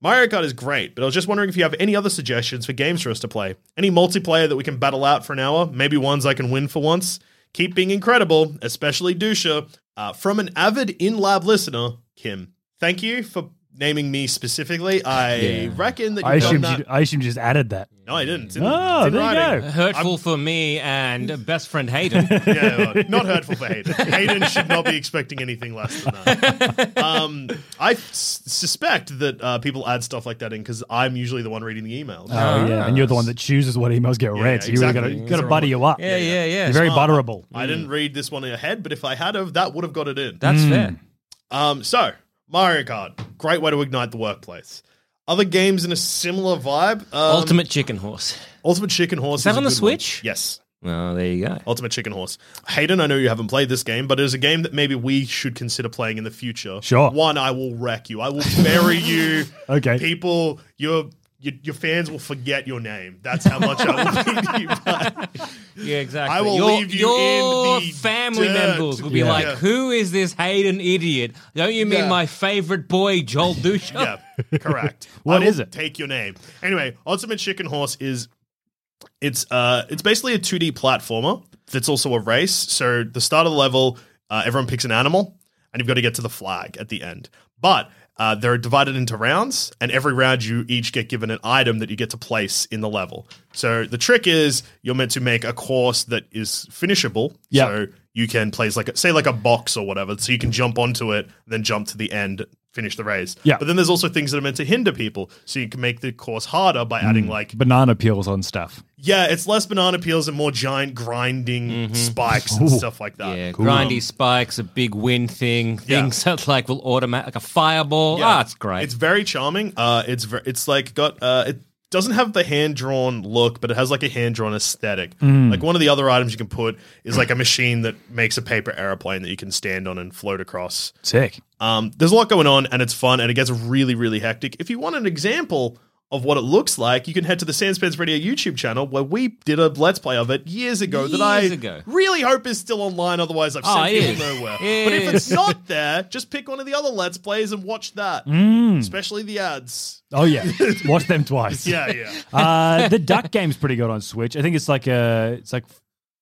S4: Mario Kart is great, but I was just wondering if you have any other suggestions for games for us to play. Any multiplayer that we can battle out for an hour, maybe ones I can win for once. Keep being incredible, especially Dusha. Uh, from an avid in lab listener, Kim. Thank you for naming me specifically. I
S6: Yeah.
S4: reckon that
S5: I
S4: you've done
S5: assume,
S4: that.
S5: you, I assume you just added that.
S4: no, I didn't. It's in,
S5: Oh,
S4: it's in
S5: there you
S4: writing.
S5: go.
S6: Hurtful for me and best friend Hayden.
S4: yeah, well, not hurtful for Hayden. Hayden should not be expecting anything less than that. Um, I s- suspect that uh, people add stuff like that in because I'm usually the one reading the emails.
S5: Oh, yeah. And you're the one that chooses what emails get
S4: Yeah,
S5: read. so you really got
S4: exactly.
S5: to
S4: Yeah.
S5: got to buddy you up.
S3: Yeah, yeah, yeah.
S5: You're very butterable.
S4: I
S6: Mm.
S4: didn't read this one ahead, but if I had of, that would have got it in.
S3: That's
S5: Mm.
S3: fair.
S4: Um, so Mario Kart, great way to ignite the workplace. Other games in a similar vibe. Um,
S6: Ultimate chicken horse.
S4: Ultimate Chicken Horse. Is
S6: that
S4: a
S6: on the
S4: good one.
S6: Switch?
S4: Yes.
S6: Well, Oh, there you go.
S4: Ultimate Chicken Horse. Hayden, I know you haven't played this game, but it is a game that maybe we should consider playing in the future.
S5: Sure.
S4: One, I will wreck you. I will bury you.
S5: Okay.
S4: People, your, your your fans will forget your name. That's how much I will beat you. by.
S6: Yeah, exactly.
S4: I will
S6: your,
S4: leave you
S6: your
S4: in the
S6: family
S4: dirt.
S6: members will be
S5: Yeah.
S6: like, "Who is this Hayden idiot? Don't you mean
S4: Yeah.
S6: my favorite boy Joel Dusha?"
S4: yeah, correct.
S5: What
S4: I will
S5: is it?
S4: Take your name. Anyway, Ultimate Chicken Horse is it's uh it's basically a 2D platformer that's also a race. So the start of the level, uh, everyone picks an animal, and you've got to get to the flag at the end. But uh, they're divided into rounds, and every round you each get given an item that you get to place in the level. So the trick is you're meant to make a course that is finishable.
S5: Yeah.
S4: So you can place like a, say like a box or whatever, so you can jump onto it, then jump to the end, finish the race.
S5: Yeah.
S4: But then there's also things that are meant to hinder people, so you can make the course harder by adding like
S5: Banana peels on stuff.
S4: yeah, it's less banana peels and more giant grinding spikes and stuff like that.
S6: Mm-hmm. Yeah,
S4: Um,
S6: grindy spikes, a big wind thing, things that like will automatic like a fireball.
S4: yeah.
S6: Ah, it's great.
S4: It's very charming. Uh, it's ver- it's like got uh, it doesn't have the hand drawn look, but it has like a hand drawn aesthetic. Like one of the other items you can put is like a machine that makes a paper airplane that you can stand on and float across.
S5: Sick.
S4: Um, there's a lot going on, and it's fun, and it gets really, really hectic. If you want an example of what it looks like, you can head to the Sandspans Radio YouTube channel where we did a let's play of it years ago that I
S6: Years ago.
S4: really hope is still online. Otherwise, I've
S6: Oh,
S4: sent
S6: it
S4: people
S6: is.
S4: nowhere.
S6: It
S4: but if it's
S6: is.
S4: not there, just pick one of the other let's plays and watch that,
S6: Mm.
S5: Mm.
S4: especially the ads.
S5: Oh, yeah. Watch them twice.
S4: Yeah, yeah.
S5: Uh, the duck game's pretty good on Switch. I think it's like a, it's like,
S4: the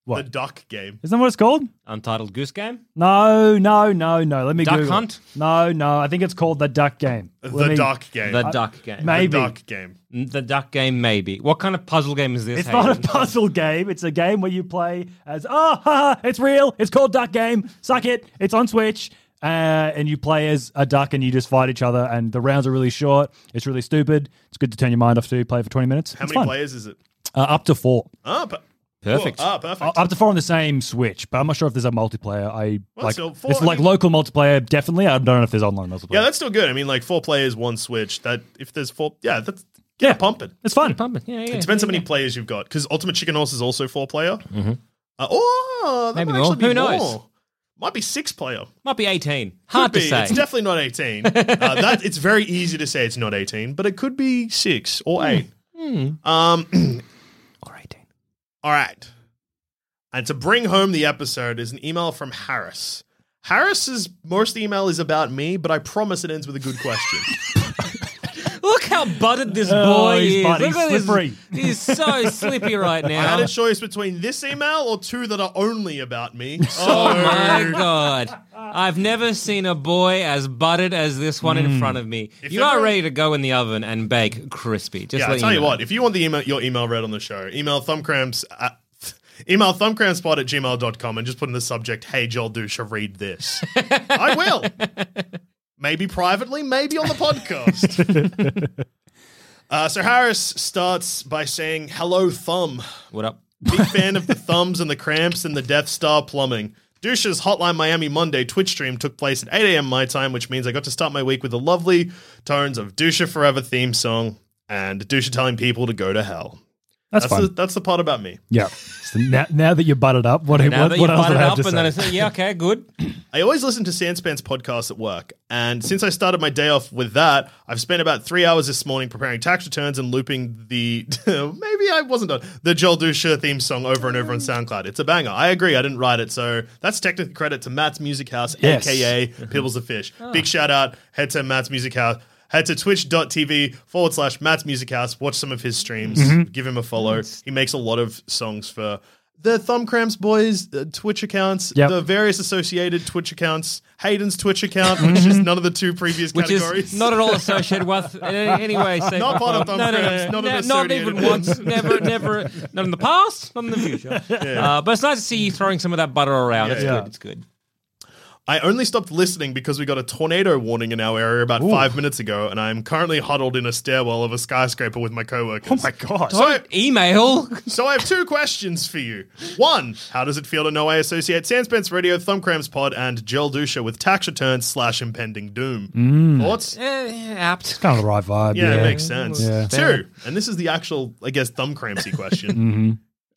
S5: what?
S4: duck game.
S5: Isn't that what it's called?
S6: Untitled Goose Game.
S5: No, no, no, no. Let me
S6: Duck
S5: Google.
S6: Hunt?
S5: No, no. I think it's called the duck game. Let
S4: the
S5: me-
S4: duck game.
S6: The duck game.
S5: Ma-
S4: the
S5: Maybe.
S4: duck game.
S6: the duck game, maybe. What kind of puzzle game is this?
S5: It's not a
S6: Hayden?
S5: puzzle game. It's a game where you play as oh, ha, ha, it's real. It's called Duck Game. Suck it. It's on Switch, uh, and you play as a duck, and you just fight each other. And the rounds are really short. It's really stupid. It's good to turn your mind off to. Play for twenty minutes.
S4: How
S5: it's
S4: many
S5: fun.
S4: players is it?
S5: Uh, up to four.
S4: Ah, per-
S6: Perfect. Oh,
S4: Ah, perfect.
S5: Uh, Up to four on the same Switch, but I'm not sure if there's a multiplayer. I
S4: Well,
S5: like
S4: so four,
S5: it's
S4: I
S5: like
S4: mean-
S5: local multiplayer, definitely. I don't know if there's online multiplayer.
S4: yeah, that's still good. I mean, like four players, one switch. That if there's four, yeah, that's yeah,
S5: Yeah.
S4: pumping.
S5: it's fun.
S6: Pumping. Yeah, yeah.
S4: It depends how many players you've got, because Ultimate Chicken Horse is also four player. Uh, oh, that
S6: Maybe
S4: might actually
S6: more.
S4: Be
S6: Who knows?
S4: more. Might be six player.
S6: Might be eighteen.
S4: Could
S6: Hard
S4: be.
S6: to say.
S4: It's definitely not eighteen. uh, that it's very easy to say it's not eighteen, but it could be six or eight. Um,
S6: Hmm. or eighteen.
S4: all right. And to bring home the episode is an email from Harris. Harris's most email is about me, but I promise it ends with a good question.
S6: Look how buttered this boy
S5: Oh, he's
S6: is.
S5: buttered.
S6: Look
S5: He's
S6: at this-
S5: slippery.
S6: He's so slippy right
S4: I had
S6: now.
S4: a choice between this email or two that are only about me. So
S6: Oh my god. I've never seen a boy as buttered as this one
S5: Hmm.
S6: in front of me. you are
S4: everyone-
S6: ready to go in the oven and bake crispy. Just
S4: yeah,
S6: let
S4: I tell you,
S6: know.
S4: what, if you want the email, your email read on the show, email thumbcramps at, email thumbcrampspot at gmail.com and just put in the subject, hey, Joel Dusha, read this. I will. Maybe privately, maybe on the podcast. uh, so Harris starts by saying, hello, thumb.
S6: What up?
S4: Big fan of the thumbs and the cramps and the Death Star plumbing. Dusha's Hotline Miami Monday Twitch stream took place at 8 a.m. my time, which means I got to start my week with the lovely tones of Dusha Forever theme song and Dusha telling people to go to hell.
S5: That's, fun.
S4: the, that's the part about me.
S5: Yeah. So now, now that you're butted up, what,
S6: Now
S5: what,
S6: that
S5: what
S6: you
S5: else
S6: have
S5: would
S6: it
S5: I have
S6: up
S5: to
S6: and then I
S5: say?
S6: said, yeah, okay, good.
S4: I always listen to Sanspans podcasts at work, and since I started my day off with that, I've spent about three hours this morning preparing tax returns and looping the maybe I wasn't done the Joel Dusha theme song over and over on SoundCloud. It's a banger. I agree. I didn't write it, so that's technically credit to Matt's Music House,
S5: Yes.
S4: aka Pibbles the Fish. Big shout out head to Matt's Music House. Head to twitch.tv forward slash Matt's Music House. Watch some of his streams.
S5: Mm-hmm.
S4: Give him a follow. He makes a lot of songs for the Thumb Cramps Boys uh, Twitch accounts,
S5: Yep.
S4: the various associated Twitch accounts, Hayden's Twitch account, which
S5: Mm-hmm.
S4: is none of the two previous
S3: Which
S4: categories.
S3: is not at all associated with in any any way. shape,
S4: Not
S3: or
S4: part of
S3: form.
S4: Thumb
S3: no, no, no,
S4: Cramps, not
S3: no,
S4: an
S3: not
S4: associated
S3: even
S4: one.
S3: once. Never, never. Not in the past. Not in the future. Uh, but it's nice to see you throwing some of that butter around. it's
S4: Yeah.
S3: good. It's good.
S4: I only stopped listening because we got a tornado warning in our area about five minutes ago, and I'm currently huddled in a stairwell of a skyscraper with my coworkers.
S5: Oh my god.
S4: So,
S3: Email.
S4: so I have two questions for you. One, how does it feel to know I associate Sandspence Radio, Thumbcramps Pod, and Gel Dusha with tax returns slash impending doom? Thoughts?
S3: Eh, apt.
S5: Kind of the right vibe.
S4: Yeah,
S5: Mm. Yeah,
S4: it makes sense.
S5: Yeah.
S4: Two, and this is the actual, I guess, thumbcrampsy question,
S5: Mm-hmm.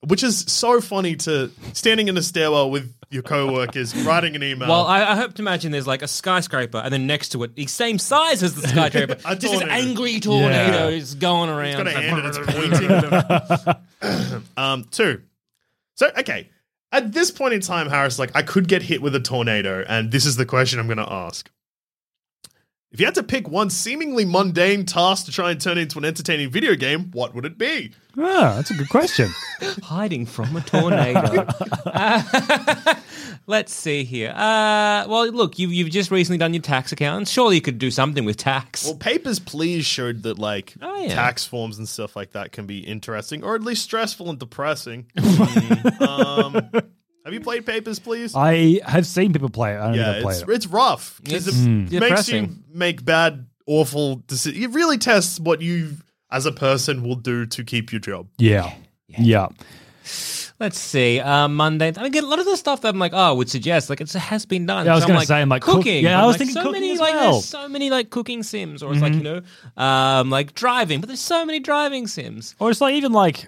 S4: which is so funny to standing in a stairwell with your coworkers, writing an email.
S3: Well, I, I hope to imagine there's like a skyscraper, and then next to it, the same size as the skyscraper,
S4: A
S3: just an
S4: tornado.
S3: angry tornado
S5: Yeah.
S3: is going around.
S4: It's got a hand and it's pointing. um, two. So okay, at this point in time, Harris like I could get hit with a tornado, and this is the question I'm going to ask. If you had to pick one seemingly mundane task to try and turn into an entertaining video game, what would it be?
S5: Ah, that's a good question.
S3: hiding from a tornado. Uh, let's see here. Uh, well, look, you've, you've just recently done your tax accounts. Surely you could do something with tax.
S4: Well, Papers, Please showed that like
S3: Oh, yeah.
S4: tax forms and stuff like that can be interesting, or at least stressful and depressing. Mm, um, have you played Papers, Please?
S5: I have seen people play it. I don't think
S4: Yeah,
S5: I've played
S4: it's,
S5: it.
S4: it's rough.
S3: It's
S4: 'cause it makes you
S3: depressing.
S4: make bad, awful decisions. It really tests what you, as a person, will do to keep your job.
S5: Yeah. Yeah.
S3: Let's see. Uh, Monday. I mean, get a lot of the stuff that I'm like, oh, would suggest like it has been done.
S5: Yeah, I was
S3: So
S5: gonna
S3: like,
S5: say, I'm like, cook-
S3: cooking.
S5: yeah, I
S3: I'm
S5: was
S3: like,
S5: thinking
S3: so
S5: cooking
S3: many
S5: as
S3: like
S5: well. Mm-hmm.
S3: there's so many like cooking sims, or it's like you know, um, like driving. But there's so many driving sims.
S5: Or it's like even like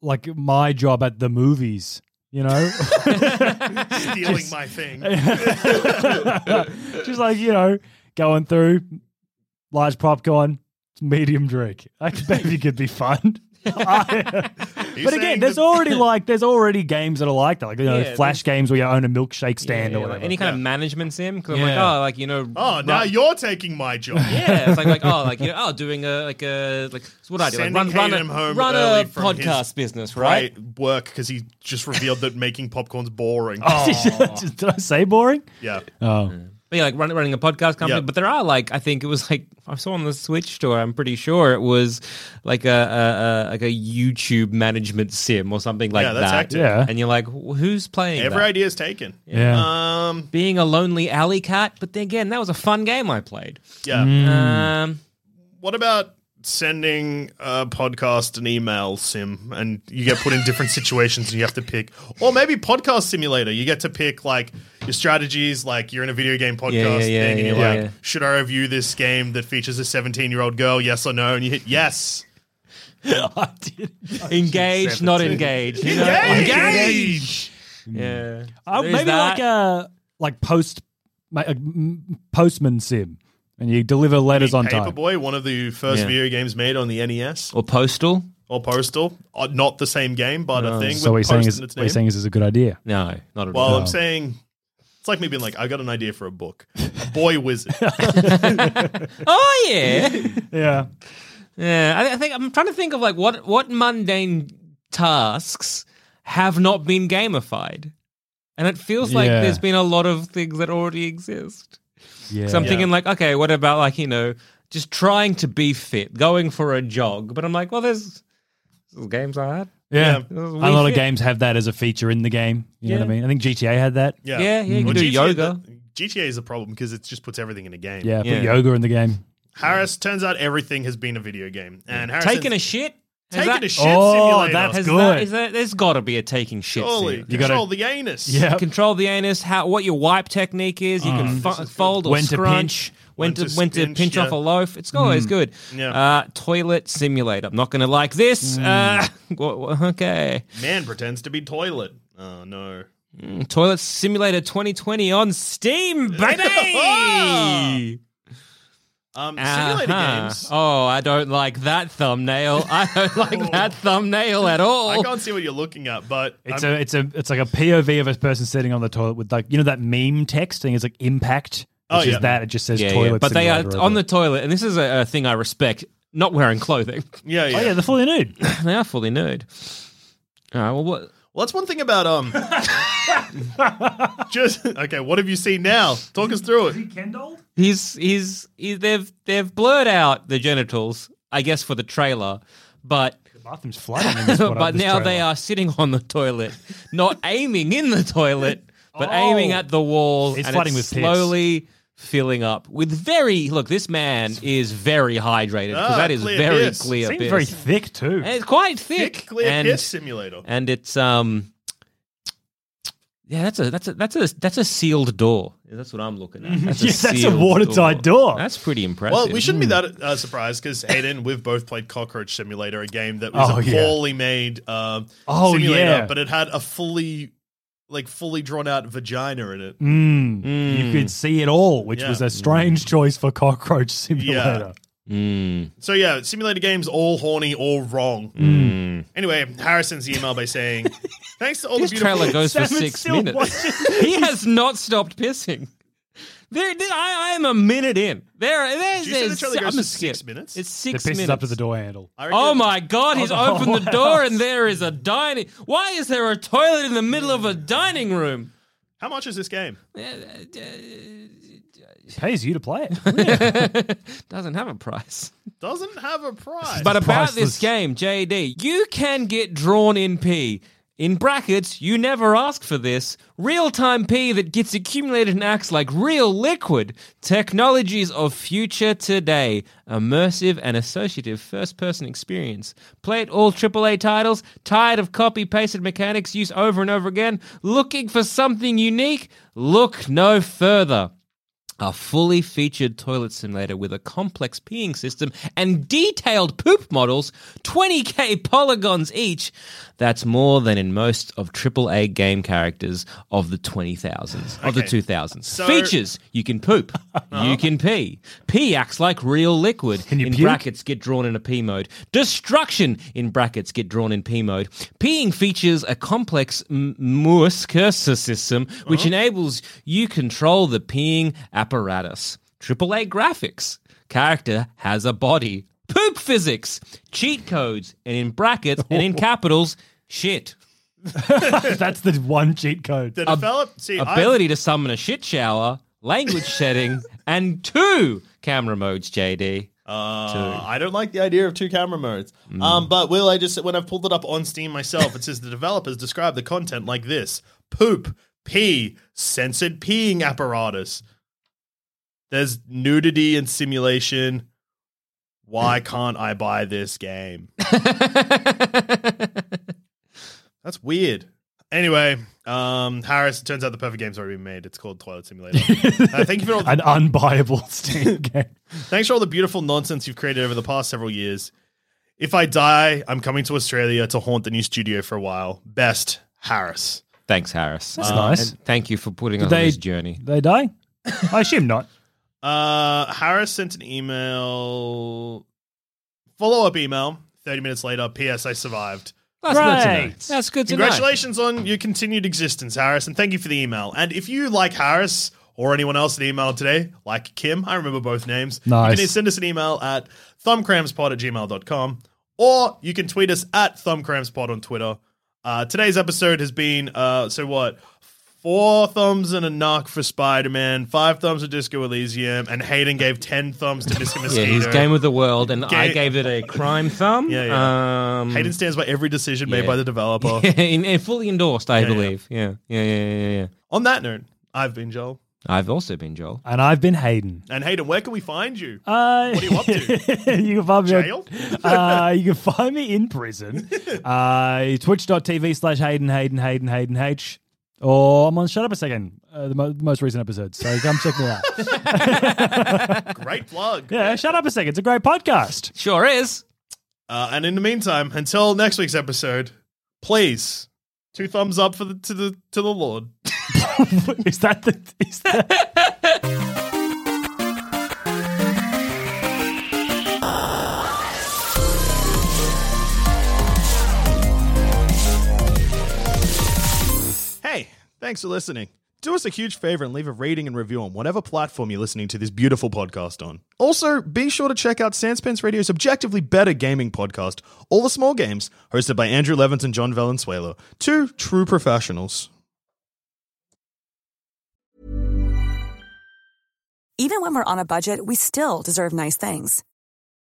S5: like my job at the movies, you know?
S4: Stealing my thing.
S5: Just like, you know, going through large popcorn, medium drink. Like maybe could be fun.
S4: He's
S5: But
S4: saying
S5: again, there's
S4: that-
S5: already like there's already games that are like that, like you know,
S3: Yeah,
S5: flash games where you own a milkshake stand
S3: Yeah,
S5: or
S3: like
S5: whatever.
S3: any kind of management sim. Because I'm like,
S5: Yeah.
S3: oh, like you know.
S4: Oh, now you're taking my job.
S3: Yeah, it's like like oh like you know, oh doing a like a like so what do I do like
S4: Sending
S3: run run a,
S4: Hayden home
S3: run
S4: early
S3: a
S4: from
S3: podcast
S4: his
S3: business right?
S4: Right, work because he just revealed that making popcorn's boring.
S5: Oh. Just- Did I say boring?
S4: Yeah,
S5: Oh,
S3: But yeah, like run, running a podcast company.
S4: Yeah.
S3: But there are like I think it was like I saw on the Switch store. I'm pretty sure it was like a, a, a like a YouTube management sim or something like
S4: Yeah, that's
S3: that.
S4: active.
S5: Yeah.
S3: and you're like, wh- who's playing?
S4: every
S3: that?
S4: idea is taken.
S5: yeah.
S4: Um,
S3: Being a lonely alley cat. But then again, that was a fun game I played.
S4: yeah.
S5: Mm.
S3: Um,
S4: What about sending a podcast an email sim and you get put in different situations and you have to pick or maybe podcast simulator you get to pick like your strategies like you're in a video game podcast
S3: yeah, yeah,
S4: thing and you're
S3: yeah,
S4: like
S3: yeah.
S4: should i review this game that features a 17 year old girl yes or no and you hit yes
S5: I did.
S4: Hmm.
S3: engaged, not engaged. You know? Yeah.
S5: Uh,
S3: There's
S5: maybe
S3: that.
S5: like a like post ma- a m- postman sim, and you deliver letters on time.
S4: Paperboy, one of the first
S3: Yeah.
S4: video games made on the NES
S3: or postal.
S4: or Postal, Uh, not the same game, but a thing.
S5: Oh, So what
S4: with
S5: he's saying
S4: Post
S5: is,
S4: in its
S5: what he's
S4: name.
S5: saying is, is a good idea.
S3: No, not at
S4: Well,
S3: all.
S4: I'm saying it's like me being like, I got an idea for a book, a boy wizard.
S3: Oh yeah,
S5: Yeah,
S3: yeah. I, I think I'm trying to think of like what what mundane tasks have not been gamified, and it feels like
S5: Yeah.
S3: there's been a lot of things that already exist.
S5: yeah.
S3: So I'm thinking like, okay, what about like you know just trying to be fit, going for a jog? But I'm like, well, there's, there's games like that.
S5: yeah.
S3: Yeah.
S5: A lot of
S3: Fit.
S5: games have that as a feature in the game. You know what I mean? I think GTA had that.
S4: Yeah,
S3: Yeah, yeah, you can do yoga.
S4: the- GTA is a problem because it just puts everything in a game.
S5: Yeah,
S3: Yeah.
S5: put yoga in the game.
S4: Harris turns out everything has been a video game, and Harris
S3: Taking a
S4: has-
S3: shit. Has
S4: taking
S3: that-
S4: a shit
S5: Oh,
S4: simulator.
S5: that's
S3: Has
S5: good.
S3: that, is that, there's got to be a taking shit.
S4: Surely,
S3: scene.
S5: You gotta-
S4: control the anus.
S5: Yeah,
S3: control the anus, how what your wipe technique is. You can fo- fold or
S5: When to
S3: scrunch.
S5: pinch.
S3: when,
S4: When
S3: to,
S4: to
S3: when to
S4: pinch,
S3: pinch
S4: yeah.
S3: off a loaf. It's always good.
S4: Yeah.
S3: Uh, toilet simulator. I'm not going to like this. Uh, wha- wha- okay.
S4: man pretends to be toilet. Oh no.
S3: Toilet simulator 2020 on Steam, baby.
S4: Um, simulator
S3: Uh-huh.
S4: games.
S3: Oh, I don't like that thumbnail. I don't like that thumbnail at
S4: I
S3: all.
S4: can't see what you're looking at, but
S5: It's
S4: Uh, I'm-
S5: a it's a it's like a POV of a person sitting on the toilet with like you know that meme text thing. It's like impact.
S4: Oh,
S5: It's just
S4: yeah.
S5: that. It just says
S3: Yeah,
S5: toilet.
S3: yeah. But they are
S5: simulator
S3: on
S5: over
S3: the
S5: it.
S3: toilet, and this is a, a thing I respect. Not wearing clothing,
S4: Yeah, yeah.
S5: Oh, yeah, they're fully nude.
S3: they are fully nude. All right. Well, what?
S4: Well, that's one thing about um. just okay. What have you seen now? Talk us through it.
S5: Kendall?
S3: He's he's he, they've they've blurred out the genitals, I guess, for the trailer, but
S5: The bathroom's flooding. In this one,
S3: but
S5: this
S3: now they
S5: trailer.
S3: are sitting on the toilet, not aiming in the toilet, but
S5: Oh.
S3: aiming at the wall.
S5: It's
S3: and
S5: flooding
S3: it's
S5: with piss.
S3: slowly filling up with very look. This man is very hydrated because
S4: Ah,
S3: that is
S4: clear
S3: very
S4: piss.
S3: clear.
S5: Seems
S3: piss.
S5: very thick too.
S3: And it's quite thick,
S4: Thick clear
S3: and,
S4: piss simulator.
S3: and it's um. Yeah, that's a that's a that's a that's a sealed door. Yeah, That's what I'm looking at. That's,
S5: Yeah, that's a
S3: sealed
S5: watertight door.
S3: That's pretty impressive.
S4: Well, we shouldn't be that
S3: Hmm.
S4: uh, surprised because Hayden, we've both played Cockroach Simulator, a game that was
S5: Oh,
S4: a
S5: yeah.
S4: poorly made uh,
S5: Oh,
S4: simulator,
S5: yeah.
S4: but it had a fully, like fully drawn out vagina in it.
S5: Mm. You could see it all, which
S4: Yeah. Mm.
S5: was a strange choice for cockroach simulator.
S3: Mm.
S4: So yeah, simulator games all horny, all wrong.
S3: Hmm.
S4: Anyway, Harrison's email by saying, "Thanks to all
S3: This
S4: the beautiful."
S3: trailer goes for
S5: Salmon's
S3: six
S5: still
S3: minutes.
S5: watching.
S3: he has not stopped pissing. There, there- I, I am a minute in. There, there's,
S4: Did you say the
S3: there's
S4: trailer
S3: I'm
S4: goes
S3: a
S4: to six
S3: skip.
S4: minutes?
S3: It's
S5: The
S3: six
S5: piss is
S3: minutes
S5: up to the door handle.
S4: I reckon-
S3: Oh my god, he's
S5: Oh,
S3: opened the
S5: what
S3: door
S5: else?
S3: and there is a dining. Why is there a toilet in the middle of a dining room?
S4: How much is this game?
S5: Pays you to play it.
S3: Doesn't have a price.
S4: Doesn't have a price.
S3: But about this
S5: priceless.
S3: game, JD, you can get drawn in pee. In brackets, you never ask for this. Real time pee that gets accumulated and acts like real liquid. Technologies of future today. Immersive and associative first person experience. Play it all AAA titles. Tired of copy pasted mechanics used over and over again. Looking for something unique? Look no further. A fully featured toilet simulator with a complex peeing system and detailed poop models, 20k polygons each. That's more than in most of AAA game characters of the 20,000s, of the
S4: Okay.
S3: 2000s.
S4: So- Uh-huh.
S3: Features you can poop, you can pee. Pee acts like real liquid.
S5: Can you
S3: in
S5: puke?
S3: brackets, get drawn in a P mode. Destruction in brackets, get drawn in P mode. Peeing features a complex m- Morse cursor system which
S5: Uh-huh.
S3: enables you control the peeing apparatus. AAA graphics. Character has a body. Poop physics. Cheat codes. And in brackets and in capitals, shit.
S5: That's the one cheat code.
S4: the develop see I've-
S3: Ability to summon a shit shower. Language setting. And two camera modes, JD.
S4: Uh, I don't like the idea of two camera modes. Um, but Will, I just when I've pulled it up on Steam myself, it says the developers describe the content like this: poop, pee, censored peeing apparatus. There's nudity and simulation. Why can't I buy this game? That's weird. Anyway, um, Harris, it turns out the perfect game's already been made. It's called Toilet Simulator. uh, thank you for all the
S5: An unbuyable Steam game.
S4: Thanks for all the beautiful nonsense you've created over the past several years. If I die, I'm coming to Australia to haunt the new studio for a while. Best Harris.
S3: Thanks, Harris. Uh,
S5: That's nice.
S3: And thank you for putting us on
S5: they-
S3: this journey.
S5: They die? I assume not.
S4: Uh, Harris sent an email, follow up email. Thirty minutes later, P.S. I survived.
S3: That's
S5: Right.
S3: That's good to know.
S4: Congratulations on your continued existence, Harris, and thank you for the email. And if you like Harris or anyone else that emailed today, like Kim, I remember both names, you
S5: Nice.
S4: can send us an email at thumbcrampspod at gmail.com or you can tweet us at thumbcrampspod on Twitter. Uh, today's episode has been, uh, so what? Four thumbs and a knock for Spider Man, five thumbs to Disco Elysium, and Hayden gave 10 thumbs to Disco Mosquito.
S3: Yeah, he's Game of the World, and I
S4: Ga-
S3: gave it a crime thumb.
S4: Yeah, yeah.
S3: Um,
S4: Hayden stands by every decision
S3: Yeah.
S4: made by the developer.
S3: and, and fully endorsed, I
S4: Yeah, yeah.
S3: believe. Yeah. Yeah. yeah, yeah, yeah, yeah.
S4: On that note, I've been Joel.
S3: I've also been Joel.
S5: And I've been Hayden.
S4: And Hayden, where can we find you?
S5: Uh, what
S4: are you up to?
S5: you can find me on-
S4: Jail?
S5: uh, you can find me in prison. Uh, Twitch.tv slash Hayden, Hayden, Hayden, Hayden H. Or I'm on Shut Up a Second, uh, the, mo- the most recent episode. So come check me out.
S4: Great plug.
S5: yeah, Shut Up a Second. It's a great podcast.
S3: Sure is.
S4: Uh, and in the meantime, until next week's episode, please two thumbs up for the to the to the Lord.
S5: is that the. Is that-
S4: Hey, thanks for listening. do us a huge favor and leave a rating and review on whatever platform you're listening to this beautiful podcast on. Also, be sure to check out Sanspence Radio's objectively better gaming podcast, All the Small Games, hosted by Andrew Levins and John Valenzuela, two true professionals.
S7: Even when we're on a budget, we still deserve nice things.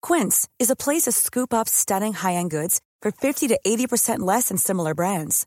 S7: Quince is a place to scoop up stunning high-end goods for 50 to 80% less than similar brands.